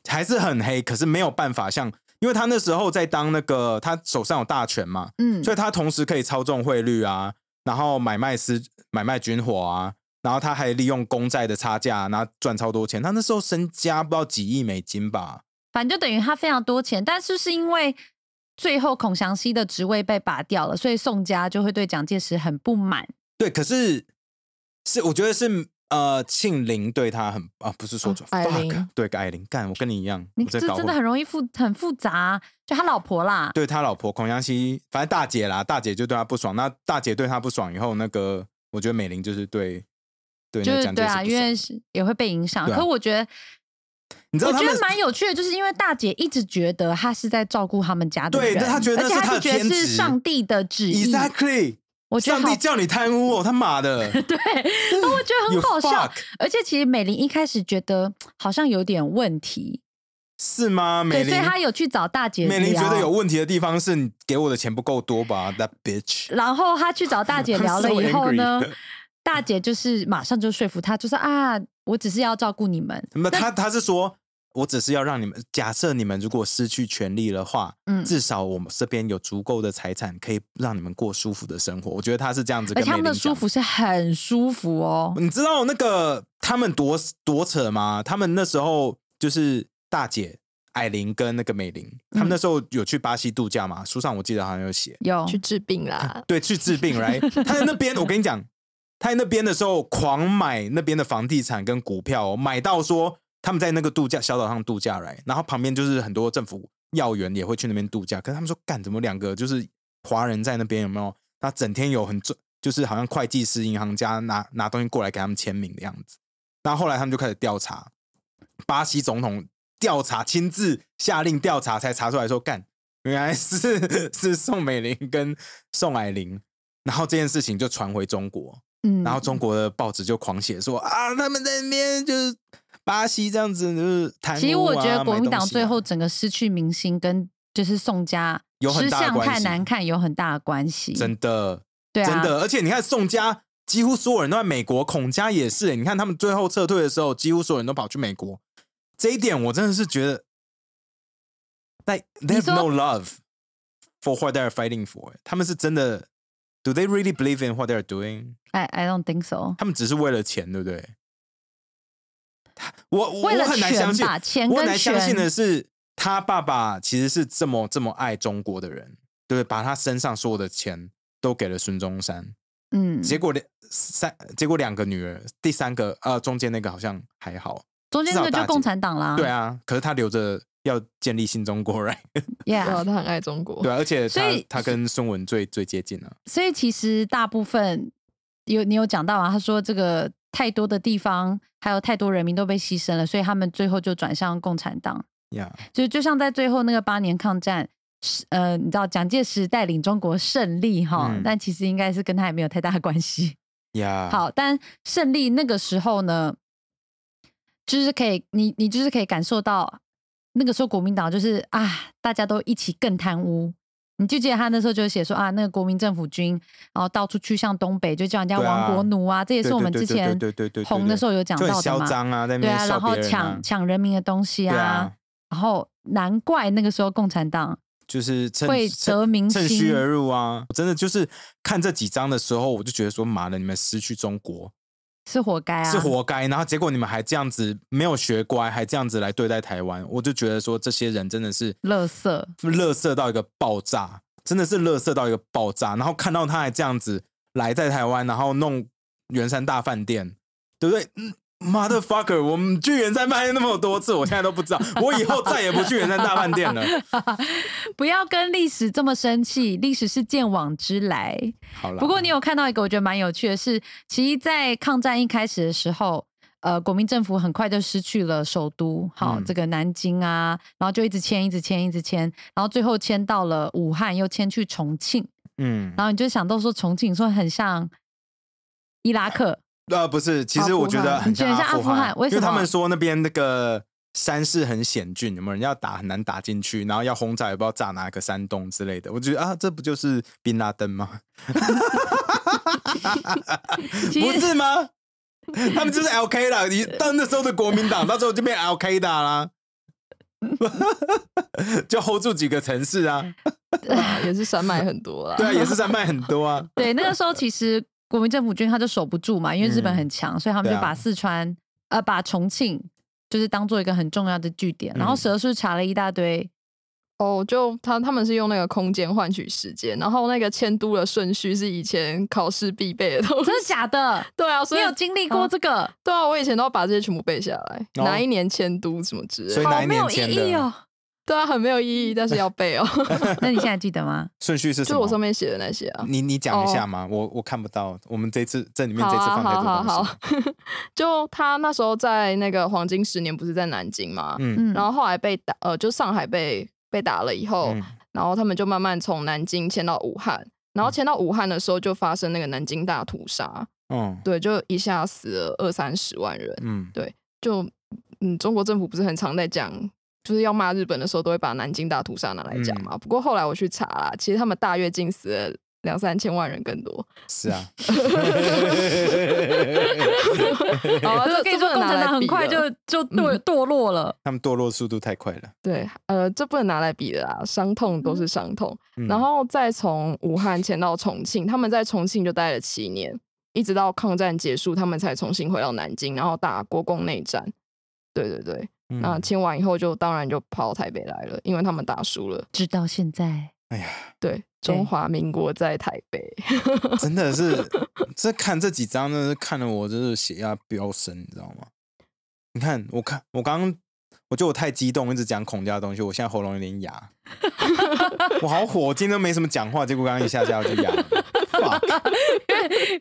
B: 还是很黑，可是没有办法像，因为他那时候在当那个他手上有大权嘛，
A: 嗯，
B: 所以他同时可以操纵汇率啊，然后买卖私买卖军火啊，然后他还利用公债的差价，然后赚超多钱。他那时候身家不知道几亿美金吧，
A: 反正就等于他非常多钱，但是是因为最后孔祥熙的职位被拔掉了，所以宋家就会对蒋介石很不满。
B: 对，可是是我觉得是呃，庆龄对他很啊，不是说
C: 啊
B: 错，
C: 艾
B: fuck，
C: 琳
B: 对艾琳，干，我跟你一样，
A: 哦你
B: 我在
A: 这
B: 搞
A: 真的
B: 混
A: 很容易复很复杂、啊就他老婆啦，
B: 对他老婆孔祥熙，反正大姐啦，大姐就对他不爽，那大姐对他不爽以后，那个我觉得美玲就是对对
A: 就
B: 那
A: 是
B: 蒋介
A: 对
B: 石
A: 啊，
B: 不
A: 因
B: 爽
A: 为是也会被影响。
B: 对啊
A: 可我觉得，
B: 你知道
A: 我
B: 他
A: 觉
B: 们
A: 得蛮有趣的，就是因为大姐一直觉得她是在照顾他们家的
B: 对
A: 人，
B: 但她觉得那
A: 而且
B: 是她
A: 她
B: 的
A: 一直觉得
B: 天职
A: 是上帝的旨意。
B: exactly，
A: [LAUGHS] 我觉得好
B: 上帝叫你贪污哦，他妈
A: [LAUGHS]
B: 的，
A: 对，那我觉得
B: You
A: 很好笑
B: fuck。
A: 而且其实美玲一开始觉得好像有点问题，
B: 是吗？
A: 对，
B: 美
A: 所
B: 玲
A: 以，他有去找大姐
B: 美玲
A: 聊，
B: 觉得有问题的地方是你给我的钱不够多吧？That bitch。
A: 然后他去找大
B: [LAUGHS]
A: 姐聊
B: I'm
A: 了
B: so
A: 以后呢
B: angry
A: 大姐就是马上就说服他，就说啊，我只是要照顾你们，
B: 那他他是说，我只是要让你们，假设你们如果失去权利的话，
A: 嗯
B: 至少我们这边有足够的财产可以让你们过舒服的生活。我觉得他是这样子
A: 而
B: 跟
A: 且
B: 美
A: 他
B: 玲
A: 们的
B: 讲。
A: 舒服是很舒服哦，
B: 你知道那个他们多多扯吗？他们那时候就是大姐艾琳跟那个美玲，他们那时候有去巴西度假嘛？书上我记得好像有写，
A: 有
C: 去治病啦。
B: 对，去治病来。right？他在那边，我跟你讲，他在那边的时候狂买那边的房地产跟股票、哦，买到说他们在那个度假小岛上度假来，然后旁边就是很多政府要员也会去那边度假。可是他们说，干怎么两个就是华人在那边有没有？他整天有很重，就是好像会计师、银行家拿拿东西过来给他们签名的样子。那后来他们就开始调查，巴西总统调查亲自下令调查，才查出来说干。原来是是宋美龄跟宋霭龄，然后这件事情就传回中国，
A: 嗯
B: 然后中国的报纸就狂写说啊，他们在那边就是巴西这样子就是贪污啊、
A: 其实我觉得国民
B: 买
A: 党
B: 东西啊
A: 最后整个失去民心，跟就是宋家
B: 有很
A: 吃
B: 大的
A: 相
B: 关
A: 太
B: 系
A: 难看有很大的关系。
B: 真的、
A: 对啊，
B: 真的，而且你看宋家几乎所有人都在美国，孔家也是，你看他们最后撤退的时候，几乎所有人都跑去美国，这一点我真的是觉得，like they
A: 你
B: have
A: 说
B: no love for what they're fighting for，他欸们是真的，do they really believe in what they're doing？
A: I I don't think so。
B: 他们只是为了钱，对不对？他我我
A: 为了
B: 我很难相信
A: 权吧，钱
B: 我很
A: 跟
B: 难相信
A: 权
B: 的是，他爸爸其实是这么这么爱中国的人，对不对？把他身上所有的钱都给了孙中山，
A: 嗯，
B: 结果两三，结果两个女儿，第三个呃中间那个好像还好，
A: 中间那个
B: 至少大
A: 就
B: 姐
A: 共产党啦。
B: 对啊，可是他留着要建立新中国，right？ [LAUGHS]
C: 对啊，
A: ，Yeah。
C: 他很爱中国
B: 对、。啊，而且
A: 所
B: 他
A: 以
B: 他跟孙文最最接近了、
A: 所以其实大部分有你有讲到啊，他说这个太多的地方还有太多人民都被牺牲了，所以他们最后就转向共产党。
B: 呀、
A: 就就像在最后那个八年抗战，是呃，你知道蒋介石带领中国胜利哈，
B: 嗯
A: 但其实应该是跟他也没有太大的关系。
B: 呀，
A: 好，但胜利那个时候呢，就是可以，你你就是可以感受到那个时候国民党就是啊，大家都一起更贪污。你就记得他那时候就写说啊，那个国民政府军，然后到处去向东北，就叫人家
B: 对啊
A: 亡国奴啊，这也
B: 对，
A: 是我们
B: 对
A: 之
B: 对对
A: 前
B: 对对对对
A: 红的时候有讲
B: 就
A: 到的
B: 很嚣
A: 嘛，
B: 张啊，在那
A: 对
B: 边
A: 啊，
B: 笑
A: 然后
B: 别人啊
A: 抢抢人民的东西
B: 对
A: 啊
B: 啊，
A: 然后难怪那个时候共产党
B: 就是趁
A: 会得民
B: 趁趁
A: 心
B: 虚而入啊！我真的就是看这几章的时候，我就觉得说，妈的，你们失去中国、
A: 是活该啊，
B: 是活该，然后结果你们还这样子没有学乖，还这样子来对待台湾，我就觉得说，这些人真的是
A: 垃圾。
B: 乐色到一个爆炸，真的是乐色到一个爆炸。然后看到他还这样子来在台湾，然后弄圆山大饭店，对不对？嗯。Mother fucker！我们去圆山饭店那么多次，我现在都不知道， [LAUGHS] 我以后再也不去圆山大饭店
A: [LAUGHS]
B: 了。
A: 不要跟历史这么生气，历史是见往知来。
B: 好了，
A: 不过你有看到一个我觉得蛮有趣的是，其实，在抗战一开始的时候，呃，国民政府很快就失去了首都，好、
B: 嗯
A: 这个南京啊，然后就一直迁，一直迁，一直迁，然后最后迁到了武汉，又迁去重庆，
B: 嗯，
A: 然后你就想到说重庆说很像伊拉克，
B: 呃，不是，其实
C: 阿
B: 我
C: 富
B: 觉得
C: 汗
B: 很
A: 你觉
B: 像
A: 得像
B: 阿
A: 阿
B: 富
A: 富
B: 汗
A: 汗，为
B: 因为
A: 什
B: 他
A: 么
B: 们说那边那个山势很险峻，有没有人要打很难打进去，然后要轰炸也不知道炸哪个山洞之类的。我觉得啊，这不就是宾拉登吗？
A: 其
B: 不
A: 实
B: 是
C: [LAUGHS]
B: 吗？他们就是 L K 啦，你到那时候的国民
C: [LAUGHS]
B: 党，到时候就变 L K 的啊啦， [LAUGHS] 就 hold 住几个城市啊，
C: 啊也是山脉很多啦。
B: [LAUGHS] 对啊，也是山脉很多
C: [LAUGHS]
B: 啊，
A: 对，那个时候其实国民政府军他就守不住嘛，因为日本
B: 嗯
A: 很强，所以他们
B: 对
A: 就把
B: 啊
A: 四川、呃把重庆就是当做一个很重要的据点。然后
B: 嗯
A: 蛇是查了一大堆，
C: 哦就他他们是用那个空间换取时间，然后那个迁都的顺序是以前考试必备的东西。
A: 哦真的假的？哦
C: 对啊，
A: [LAUGHS]
C: 所
A: 你
C: 以
A: 有经历过
C: 啊
A: 这个？
C: 对啊，我以前都要把这些全部背下来，
B: 哦
C: 哪一年迁都什么之类
B: 所以
C: 的。
B: 哪
A: 好
B: 一
A: 没有
B: 年
A: 意
B: 签
A: 义
B: 的
A: 哦。
C: 对啊，很没有意义，但是要背哦。
A: 那你现在记得吗？
B: 顺序是什
C: 就
B: 么？
C: 我上面写的那些啊。
B: 你你讲一
C: 哦
B: 下嘛，我我看不到，我们这次这里面
C: 好
B: 这次
C: 啊， [LAUGHS]
B: 放太
C: 好
B: 多
C: 好
B: 东西，
C: 好，就他那时候在那个黄金十年不是在南京嘛，
B: [LAUGHS] 嗯
A: 嗯，
C: 然后后来被打，呃，就上海被被打了以后，
B: 嗯
C: 然后他们就慢慢从南京迁到武汉，然后迁到武汉的时候就发生那个南京大屠杀，
B: 嗯
C: 对，就一下死了二三十万人，
B: 嗯。
C: 就嗯，中国政府不是很常在讲就是要骂日本的时候，都会把南京大屠杀拿来讲
B: 嗯
C: 嘛。不过后来我去查啦，其实他们大跃进死了两三千万人更多。
B: 是
C: [LAUGHS]
B: 啊， [LAUGHS]
A: [LAUGHS]
C: 哦，
A: 我
C: 这
A: 跟你
C: 这
A: 说，
C: 不
A: 共
C: 能拿
A: 产
C: 来
A: 党很
C: 比
A: 快
C: 的
A: [LAUGHS] 就就堕堕落了。
B: 他们堕落速度太快了。
C: 对，呃，这不能拿来比的啦，伤痛都是伤痛。
B: 嗯
C: 然后再从武汉迁到重庆，他们在重庆就待了七年，一直到抗战结束，他们才重新回到南京，然后打国共内战。对对对，
B: 嗯
C: 那迁完以后就当然就跑到台北来了，因为他们打输了。
A: 直到现在，
B: 哎呀，
C: 对，
A: 对
C: 中华民国在台北。 [LAUGHS]
B: 真的是，这看这几张，真的是看得我就是血压飙升，你知道吗？你看，我看我刚刚，我觉得我太激动，一直讲孔家的东西，我现在喉咙有点哑， [LAUGHS] 我好火，今天都没什么讲话，结果刚刚一下下我就哑
A: [LAUGHS]
B: 了。Fuck，
A: [LAUGHS]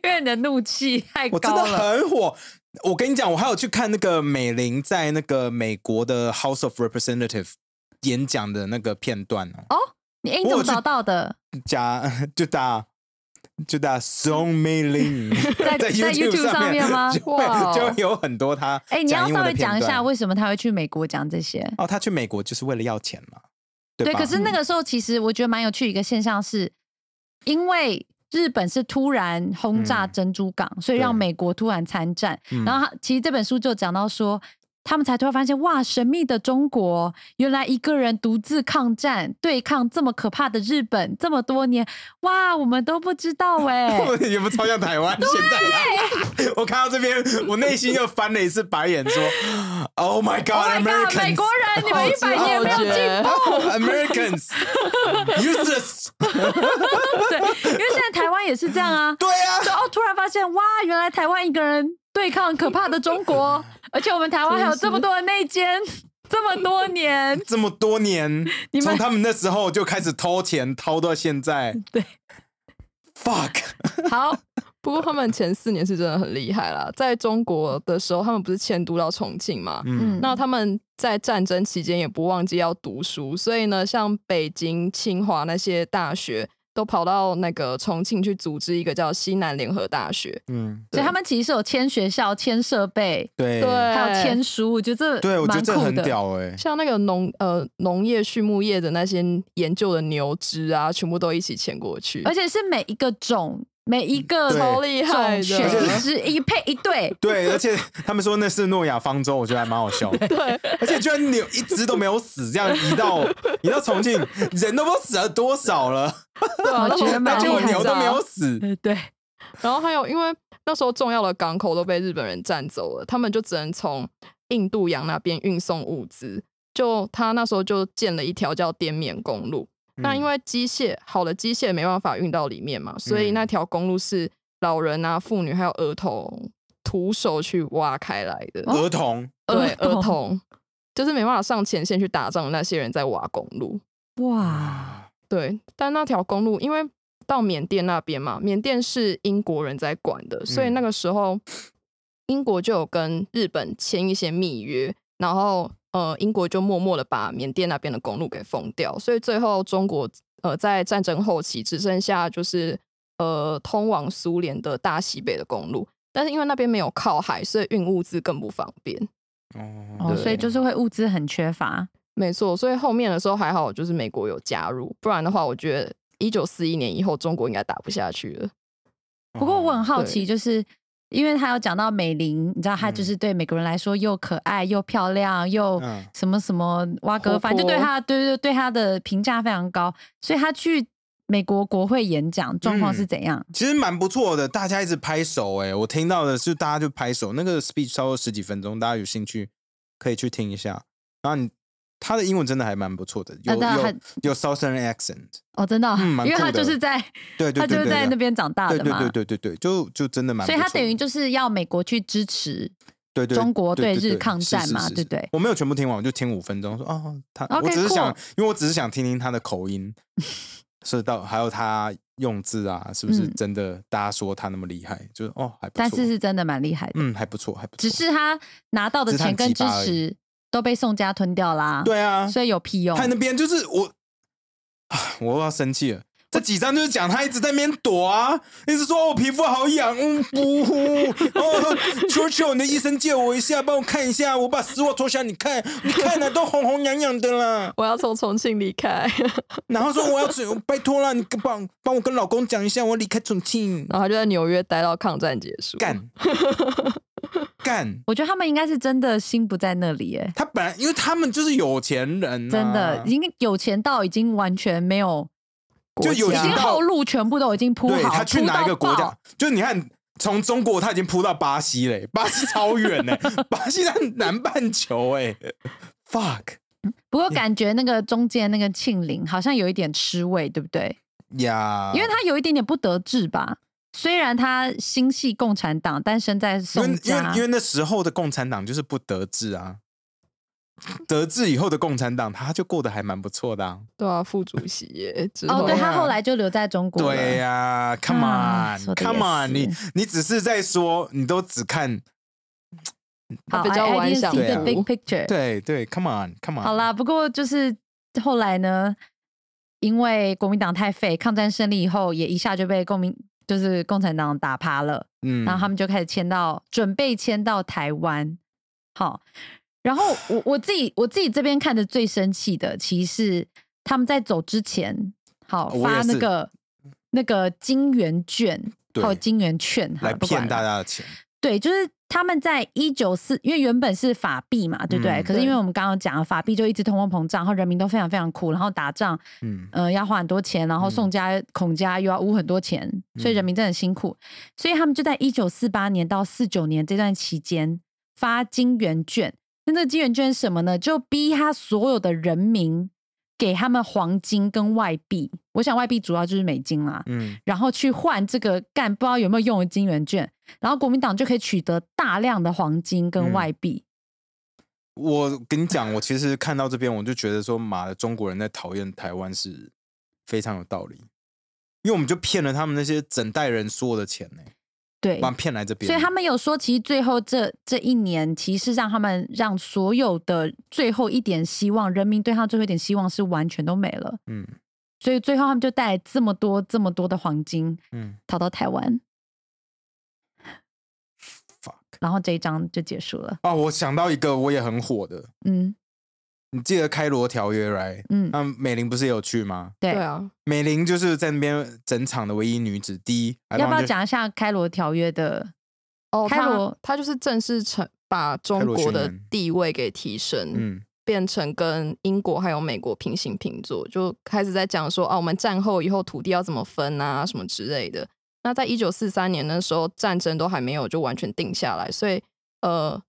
A: 因为你的怒 [LAUGHS] 气太
B: 我真
A: 高
B: 的
A: 了。
B: 很火。我跟你讲，我还有去看那个美玲在那个美国的 House of Representative 演讲的那个片段哦，
A: 你哎，你怎
B: 我
A: 么
B: 有去
A: 找到的？
B: 加就打就打 Song Mei Lin
A: [LAUGHS]
B: [LAUGHS]
A: 在在 YouTube 上面吗哦
B: 就
C: 哇
B: 会就会有很多他
A: 哎，你要
B: 英
A: 稍
B: 文的
A: 微讲一
B: 片
A: 下
B: 段
A: 为什么他会去美国讲这些。
B: 哦，他去美国就是为了要钱嘛，
A: 对，
B: 吧？
A: 可是那个时候其实我觉得蛮有趣一个现象是，因为日本是突然轰炸
B: 嗯
A: 珍珠港，所以让
B: 对
A: 美国突然参战。
B: 嗯
A: 然后他其实这本书就讲到说。他们才突然发现，哇！神秘的中国，原来一个人独自抗战，对抗这么可怕的日本，这么多年，哇！我们都不知
B: [LAUGHS]
A: 道哎、
B: 也不超像台湾现在啊。 [LAUGHS] 我看到这边，我内心又翻了一次白眼，说
A: Oh
B: ：“Oh my
A: my god！
B: God，Americans，
A: 美国人，
B: [LAUGHS]
A: 你们一百年没有进
C: 进步。
B: Americans，useless。
A: 对，因为现在台湾也是这样啊”。
B: 对啊，
A: 就哦，突然发现哇，原来台湾一个人对抗可怕的中国，
C: [LAUGHS]
A: 而且我们台湾还有这么多的内奸，这么多
C: [LAUGHS]
A: 年，
B: 这么多年，
A: 你们
B: 从他们那时候就开始偷钱，偷到现在。
A: 对
B: ，fuck，
A: 好，
C: 不过他们前四年是真的很厉害啦，在中国的时候，他们不是迁都到重庆嘛？
B: 嗯
A: 嗯，
C: 那他们在战争期间也不忘记要读书，所以呢，像北京、清华那些大学都跑到那个重庆去组织一个叫西南联合大学。
B: 嗯，
A: 所以他们其实是有签学校、签设备，
B: 对
C: 对，
A: 还有签书，我觉得这
B: 对，我觉得
A: 蛮
B: 这
A: 酷
B: 很
A: 的。
B: 屌哎、
C: 像那个农呃农业、畜牧业的那些研究的牛只啊，全部都一起迁过去，
A: 而且是每一个种，每一个
B: 嗯对
C: 超厉害
A: 种
C: 的。
A: 选一只一配一
C: [LAUGHS]
A: 对，
B: 对，而且他们说那是诺亚方舟，我觉得还蛮好笑。对，而且居然你有一只都没有死，这样
A: [LAUGHS]
B: 移到移到重庆，人都不知道死了多少了，
C: 对啊，
A: 我觉得蛮
B: 结
A: 厉
B: 果
A: 害的
B: 牛都没有死。嗯
A: 呃对，
C: 然后还有，因为那时候重要的港口都被日本人占走了，他们就只能从印度洋那边运送物资。就他那时候就建了一条叫滇缅公路。那
B: 嗯
C: 因为机械好的机械没办法运到里面嘛，所以
B: 嗯
C: 那条公路是老人啊、妇女还有儿童徒手去挖开来的。
B: 儿童，
C: 对，
A: 哦儿童
C: 儿童就是没办法上前线去打仗的那些人在挖公路。
A: 哇，
C: 对，但那条公路因为到缅甸那边嘛，缅甸是英国人在管的，所以那个时候英国就有跟日本签一些密约，然后呃，英国就默默的把缅甸那边的公路给封掉，所以最后中国呃在战争后期只剩下就是呃通往苏联的大西北的公路。但是因为那边没有靠海，所以运物资更不方便。
B: 哦
A: 哦，所以就是会物资很缺乏，
C: 没错，所以后面的时候还好，就是美国有加入，不然的话，我觉得一九四一年以后中国应该打不下去了。
A: 不
B: 哦
A: 过我很好奇，
C: 对
A: 就是因为他有讲到美玲，你知道她就是对美国人来说又可爱又漂亮又
B: 嗯
A: 什么什么挖哥，
C: 活泼
A: 反正就对她对对对她的评价非常高，所以她去美国国会演讲状况
B: 嗯
A: 是怎样？
B: 其实蛮不错的，大家一直拍手哎、我听到的是大家就拍手，那个 speech 超过十几分钟，大家有兴趣可以去听一下。然后你他的英文真的还蛮不错的，有
A: 啊当然
B: 有
A: 还
B: 有 Southern accent，
A: 哦，真的哦、
B: 嗯蛮
A: 因为
B: 酷
A: 她
B: 的
A: 就是在
B: 对对
A: 她
B: 对
A: 就
B: 对
A: 是
B: 对，
A: 在那边长大
B: 对
A: 的
B: 对
A: 嘛，
B: 对对对对，就就真的蛮不
A: 所以
B: 错的，
A: 她等于就是要美国去支持。
B: 对对
A: 中国对日抗
B: 是
A: 战
B: 是
A: 嘛
B: 是
A: 对
B: 是
A: 不对
B: 我没有全部听完，我就听五分钟，说哦，他
A: OK，
B: 我只是想
A: cool
B: 因为我只是想听听他的口音，是到还有他用字啊，是不是
A: 嗯
B: 真的？大家说他那么厉害，就是哦，还不
A: 但
B: 错，
A: 是是真的蛮厉害的，
B: 嗯，还不错，还不
A: 只
B: 错，
A: 是她拿到的
B: 只是
A: 钱
B: 她很
A: 跟
B: 鸡
A: 支
B: 巴而已
A: 持都被宋家吞掉啦，、
B: 对啊，
A: 所以有屁用。
B: [SIGHS] 他那边就是我，啊我又要生气了。这几张就是讲他一直在那边躲啊，一直说我皮肤好痒，嗯不， [LAUGHS] 哦，求求你的医生借我一下，帮我看一下，我把丝袜脱下，你看，你看呢、都红红痒痒的啦。
C: 我要从重庆离开，
B: 然后说我要走，拜托啦，你跟帮帮我跟老公讲一下，我要离开重庆。
C: 然后他就在纽约待到抗战结束。
B: 干干，
A: 我觉得他们应该是真的心不在那里耶，
B: 他本来因为他们就是有钱人、啊
A: 真的已经有钱到已经完全没有，
C: 国
B: 就有
A: 已
B: 钱
A: 经
B: 到
A: 后路全部都已经铺
B: 对
A: 好，
B: 他去
A: 铺
B: 哪一
A: 到
B: 个国
A: 爆
B: 家？？就你看，从中国他已经扑到巴西嘞， [LAUGHS] 巴西超远嘞， [LAUGHS] 巴西在南半球哎，fuck
A: 不
B: 嗯
A: 过感觉那个中间那个庆龄好像有一点吃味，对不对？
B: 呀！
A: 因为他有一点点不得志吧。虽然他心系共产党，但身在
B: 因为
A: 宋
B: 因为
A: 家
B: 因，为那时候的共产党就是不得志啊，得志以后的共产党他就过得还蛮不错的、啊。
C: 对啊，副主席耶之
A: 哦，
C: 后
A: 对
B: 啊
A: 他后来就留在中国了。
B: 对呀、c o m
A: 啊说
B: e
A: 得
B: on，come on，
A: 也是
B: 你你只是在说，你都只看
A: 好
C: 比较
A: I- I
C: 晚
A: didn't
C: 想
A: see
B: 的
A: the big picture。
B: 对啊对，come on，come on，
A: 好啦，不过就是后来呢，因为国民党太废，抗战胜利以后也一下就被共民就是共产党打趴了，
B: 嗯，
A: 然后他们就开始迁到准备迁到台湾。好，然后我我自己我自己这边看的最生气的，其实是他们在走之前，好
B: 我也
A: 发那
B: 是
A: 个那个金元券，
B: 对
A: 还有金元券，好
B: 来
A: 不管
B: 骗
A: 了
B: 大家的钱，
A: 对，就是他们在一九四，因为原本是法币嘛，对不对？
B: 嗯
A: 可是因为
C: 对
A: 我们刚刚讲了，法币就一直通货膨胀，然后人民都非常非常苦，然后打仗，
B: 嗯，
A: 呃，要花很多钱，然后宋家、孔家又要污很多钱，所以人民真的很辛苦。所以他们就在一九四八年到四九年这段期间发金元券。那这个金元券是什么呢？就逼他所有的人民给他们黄金跟外币。我想外币主要就是美金啦。
B: 嗯，
A: 然后去换这个干不知道有没有用的金元券，然后国民党就可以取得大量的黄金跟外币。
B: 我跟你讲，我其实看到这边，我就觉得说，妈的，中国人在讨厌台湾是非常有道理，因为我们就骗了他们那些整代人所有的钱呢、
A: 对
B: 把，他们骗来这边，
A: 所以他们有说，其实最后这这一年，其实让他们让所有的最后一点希望，人民对他最后一点希望是完全都没了。
B: 嗯
A: 所以最后他们就带来这么多这么多的黄金
B: 嗯
A: 逃到台湾，
B: ，fuck
A: 然后这一章就结束了。
B: 啊、我想到一个我也很火的，
A: 嗯
B: 你记得开罗条约 right？
A: 嗯，
B: 那美玲不是也有去吗？
A: 对。
C: 对啊，
B: 美玲就是在那边整场的唯一女子，第一，
A: 要不要？讲一下开罗条约的？
C: 哦，
A: 开
C: 他
A: 罗
C: 他就是正式成把中
B: 开罗
C: 国
B: 宣
C: 的
B: 言
C: 地位给提升，
B: 嗯，
C: 变成跟英国还有美国平行平坐，就开始在讲说啊，我们战后以后土地要怎么分啊，什么之类的。那在一九四三年那时候，战争都还没有就完全定下来，所以呃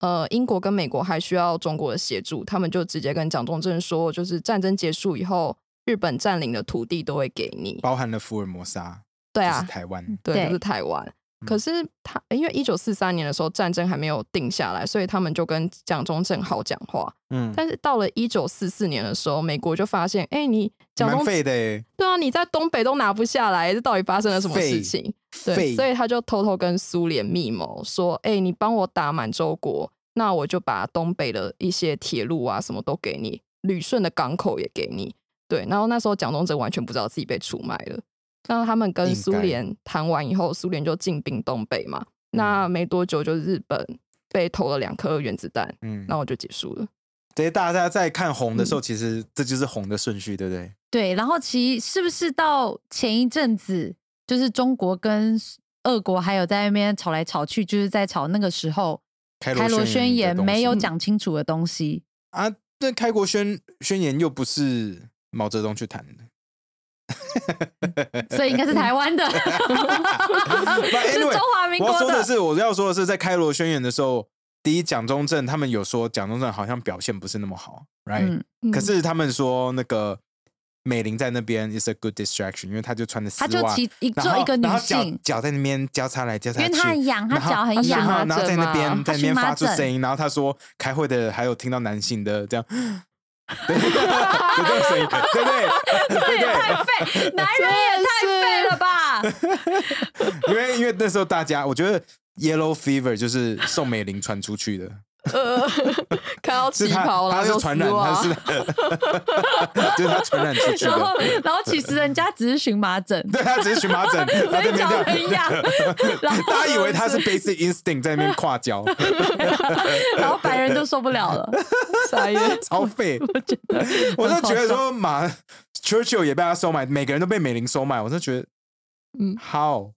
C: 呃，英国跟美国还需要中国的协助，他们就直接跟蒋中正说，就是战争结束以后，日本占领的土地都会给你。
B: 包含了福尔摩沙，
C: 对
B: 哦就
C: 啊
B: 是，台湾，
C: 对，
A: 对
C: 就是台湾。
B: 嗯
C: 可是他因为一九四三年的时候战争还没有定下来，所以他们就跟蒋中正好讲话。
B: 嗯，
C: 但是到了一九四四年的时候，美国就发现，哎、你蒋
B: 蛮
C: 中
B: 废的、欸，
C: 对啊，你在东北都拿不下来，这到底发生了什么事情？对，
B: 废
C: 所以他就偷偷跟苏联密谋，说，哎、你帮我打满洲国，那我就把东北的一些铁路啊什么都给你，旅顺的港口也给你。对，然后那时候蒋中正完全不知道自己被出卖了。那他们跟
B: 应
C: 苏
B: 该
C: 联谈完以后，苏联就进兵东北嘛。
B: 嗯
C: 那没多久，就日本被投了两颗原子弹，
B: 嗯，
C: 然后就结束了。
B: 所以大家在看红的时候，
A: 嗯
B: 其实这就是红的顺序，对不对？
A: 对，然后其实是不是到前一阵子，就是中国跟俄国还有在那边吵来吵去，就是在吵那个时候
B: 开
A: 开罗宣言
B: 的东西
A: 没有讲清楚的东西。
B: 啊，那开国宣宣言又不是毛泽东去谈
A: [LAUGHS]
B: 的。
A: 所以应该是台
B: [LAUGHS]
A: 湾的，是
B: anyway，
A: 中华民
B: 我要
A: 国
B: 说的是，我要说的是，在开罗宣言的时候，第一，蒋中正他们有说蒋中正好像表现不是那么好，right？、
A: 嗯，
B: 可是他们说那个美玲在那边 is a good distraction，因为她就穿的丝
A: 她
B: 袜，
A: 就其一
B: 然
A: 做
B: 后
A: 一个女
B: 然后脚
A: 性，
B: 脚在那边交叉来交叉
A: 因
B: 去，
A: 为她很痒，她
B: 然后啊
A: 脚很
C: 她
B: 然
C: 荨
A: 痒，
B: 后
C: 麻
B: 然后在那
C: 疹
B: 边
C: 嘛
A: 她
B: 在那边
A: 荨麻
B: 发出
A: 疹
B: 声音，然后他说开会的还有听到男性
A: [LAUGHS]
B: 的这样对， [LAUGHS] 有这种声音，对不对？对
A: 也太
B: 不 [LAUGHS]
A: 废，男人也太废了吧？ [LAUGHS]
B: 对？因为因为那时候大家，我觉得 Yellow Fever 就是宋美龄传出去的，
C: 呃，看到
B: 是
C: 旗
B: 他
C: 袍
B: 他
C: 啦，
B: 是
C: 有
B: 传
C: 丝
B: 染，他
C: 袜
B: 是 [LAUGHS] 就是他传染出去
A: 然后
B: 的，，
A: 然后其实人家只是荨麻疹
B: [LAUGHS] 对他只是荨麻
A: [LAUGHS]
B: 疹，他
A: 所以
B: 在
A: 脚
B: 那边
A: 很痒，然后
B: [LAUGHS] 大家以为他是 basic instinct 在那边跨
A: [LAUGHS]
B: 脚，
A: 然后白人就受不了
B: [LAUGHS]
A: 了。
C: [LAUGHS] 傻
A: [LAUGHS]
C: 眼。
B: 超废。 [LAUGHS] 我就觉得说马 Churchill 也被他收买，每个人都被美玲收买，我就觉得
C: 嗯，
B: how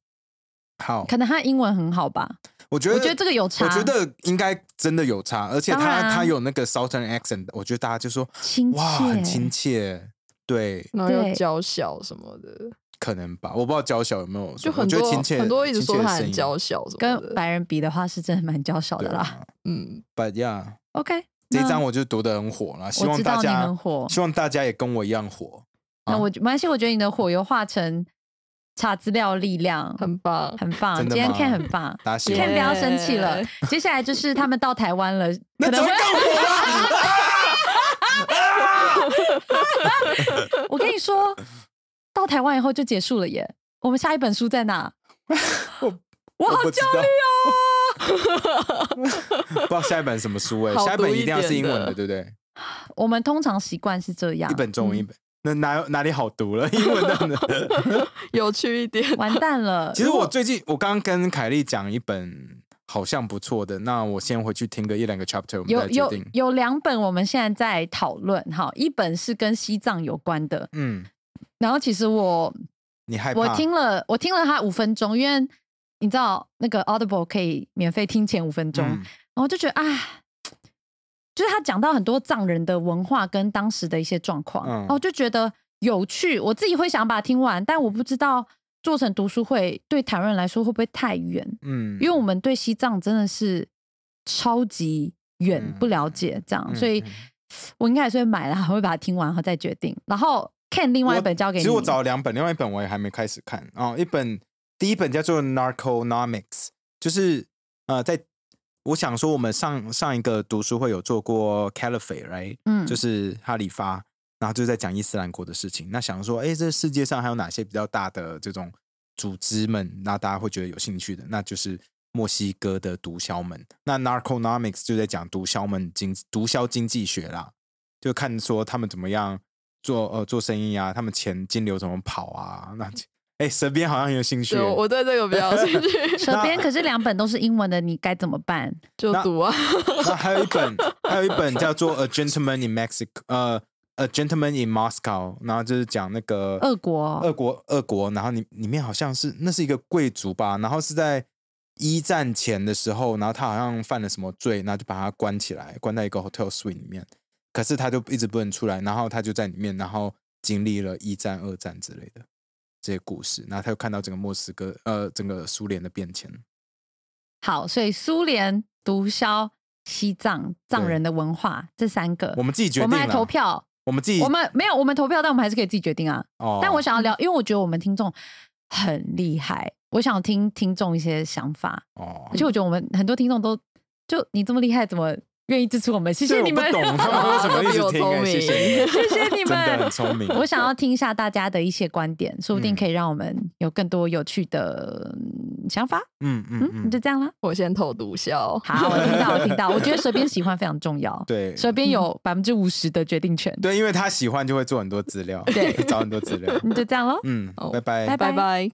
B: how，
A: 可能他英文很好吧？
B: 我觉得
A: 我觉得这个有差，
B: 我觉得应该真的有差，而且
A: 当然
B: 他
A: 啊
B: 他有那个 Southern accent，我觉得大家就说
A: 亲切，
B: 哇，很亲切。对，
C: 然后又
A: 对
C: 娇小什么的，
B: 可能吧，我不知道娇小有没有说，
C: 就很
B: 我觉得
C: 多
B: 亲切，
C: 很多一直说他
B: 亲
C: 很
B: 切的声
C: 娇
B: 音
C: 小什么
A: 跟
C: 的。
A: 白人比的话是真的蛮娇小的
B: 对
A: 啦。
B: 啊
C: 嗯，
B: ，But yeah，
A: OK，
B: 这一
A: 那
B: 章我就读得很火了，希
A: 我
B: 望
A: 知
B: 大
A: 道你
B: 家
A: 很火，
B: 希望大家也跟我一样火。
A: 那我没关系，我觉得你的火油化成查资料力量，
C: 很棒。
A: 很棒。
B: 真
A: 今
B: 的
A: 天
B: 吗
A: Ken 很棒
B: 大家喜欢
A: ，Ken 不要生气了。接下来就是他们到台湾了，可
B: [LAUGHS] 那怎
A: 能
B: 么
A: 会
B: 更火啊了？
A: 我跟你说，到台湾以后就结束了耶。我们下一本书在哪？我好
B: 不知
A: 焦啊
B: 道
A: 虑哦。
B: [LAUGHS] 不知道下一本什么书哎，
C: 好
B: 下一本
C: 读
B: 一
C: 一
B: 定要是
C: 点
B: 英文的，
C: 的
B: 对不对？
A: 我们通常习惯是这样
B: 一，本中文一
A: 嗯
B: 本，那哪有哪里好读了？英
A: [LAUGHS]
B: 文的。
C: [LAUGHS] 有趣一点。
A: 完蛋了。
B: [LAUGHS] 其实我最近我刚刚跟凯莉讲一本好像不错的，那我先回去听个一两个 chapter，我们
A: 有
B: 再决
A: 有
B: 定。
A: 有两本我们现在在讨论哈，一本是跟西藏有关的，
B: 嗯，
A: 然后其实我
B: 你害怕？嗯
A: 我听了我听了它五分钟，因为你知道那个 Audible 可以免费听前五分钟，
B: 嗯
A: 然后就觉得啊，就是他讲到很多藏人的文化跟当时的一些状况，
B: 嗯
A: 然后就觉得有趣，我自己会想把它听完，但我不知道做成读书会对台湾人来说会不会太远，
B: 嗯，
A: 因为我们对西藏真的是超级远
B: 嗯
A: 不了解，这样，
B: 嗯
A: 所以
B: 嗯
A: 我应该还是会买了，我会把它听完然后再决定。然后 Ken 另外一本交给
B: 其
A: 你，
B: 实我找了两本，另外一本我也还没开始看哦。一本第一本叫做《Narconomics》，就是呃，在我想说，我们上上一个读书会有做过 Caliphate，right？
A: 嗯
B: 就是哈里发，然后就在讲伊斯兰国的事情。那想说，哎，这世界上还有哪些比较大的这种组织们？那大家会觉得有兴趣的，那就是墨西哥的毒枭们。那 Narconomics 就在讲毒枭们经毒枭经济学啦，就看说他们怎么样做呃做生意啊，他们钱金流怎么跑啊。那哎，蛇边好像很有兴趣
C: 对，。我对这个比较有兴
B: [LAUGHS]
C: 趣，
A: 舌边可是两本都是英文的，你该怎么办？
C: 就读啊。 [LAUGHS]
B: 那还有一本，还有一本叫做《A Gentleman in Mexico》，呃，《A Gentleman in Moscow》，然后就是讲那个
A: 俄国
B: 俄国，俄国，然后里里面好像是那是一个贵族吧，然后是在一战前的时候，然后他好像犯了什么罪，然后就把他关起来，关在一个 hotel suite 里面，可是他就一直不能出来，然后他就在里面，然后经历了一战、二战之类的这些故事，然后他又看到整个莫斯科，呃，整个苏联的变迁。
A: 好，所以苏联、毒枭、西藏藏人的文化这三个，
B: 我们自己决
A: 呃我
B: 定
A: 们
B: 啦，
A: 来投票。
B: 我们自己，
A: 我们没有，我们投票，但我们还是可以自己决定啊。
B: 哦，
A: 但我想要聊，因为我觉得我们听众很厉害，我想听听众一些想法，
B: 哦
A: 而，且我觉得我们很多听众都就你这么厉害，怎么愿意支持我们？谢
B: 这
A: 谢
B: 我
A: 你
B: 不
A: 们，
B: 懂他们为什么一直听、
C: 都比我
B: 欸，
C: 聪明
B: 谢谢你，
A: [LAUGHS] 谢谢你
B: [LAUGHS] 真的
A: 们
B: 很。聪明。
A: 我想要听一下大家的一些观点，说不定
B: 嗯
A: 可以让我们有更多有趣的嗯想法。
B: 嗯嗯
A: 嗯，
B: 嗯，
A: 就这样啦。
C: 我先投毒枭。
A: 好，我 [LAUGHS] 听到，我听到。我觉得舌边喜欢非常重要，
B: 对
A: 舌边有百分之五十的决定权。
B: 对，因为他喜欢就会做很多资料，
A: 对
B: [LAUGHS] 找很多资料。
A: 那就这样喽。
B: 嗯，
C: 哦
B: 拜拜，
A: 拜
C: 拜拜。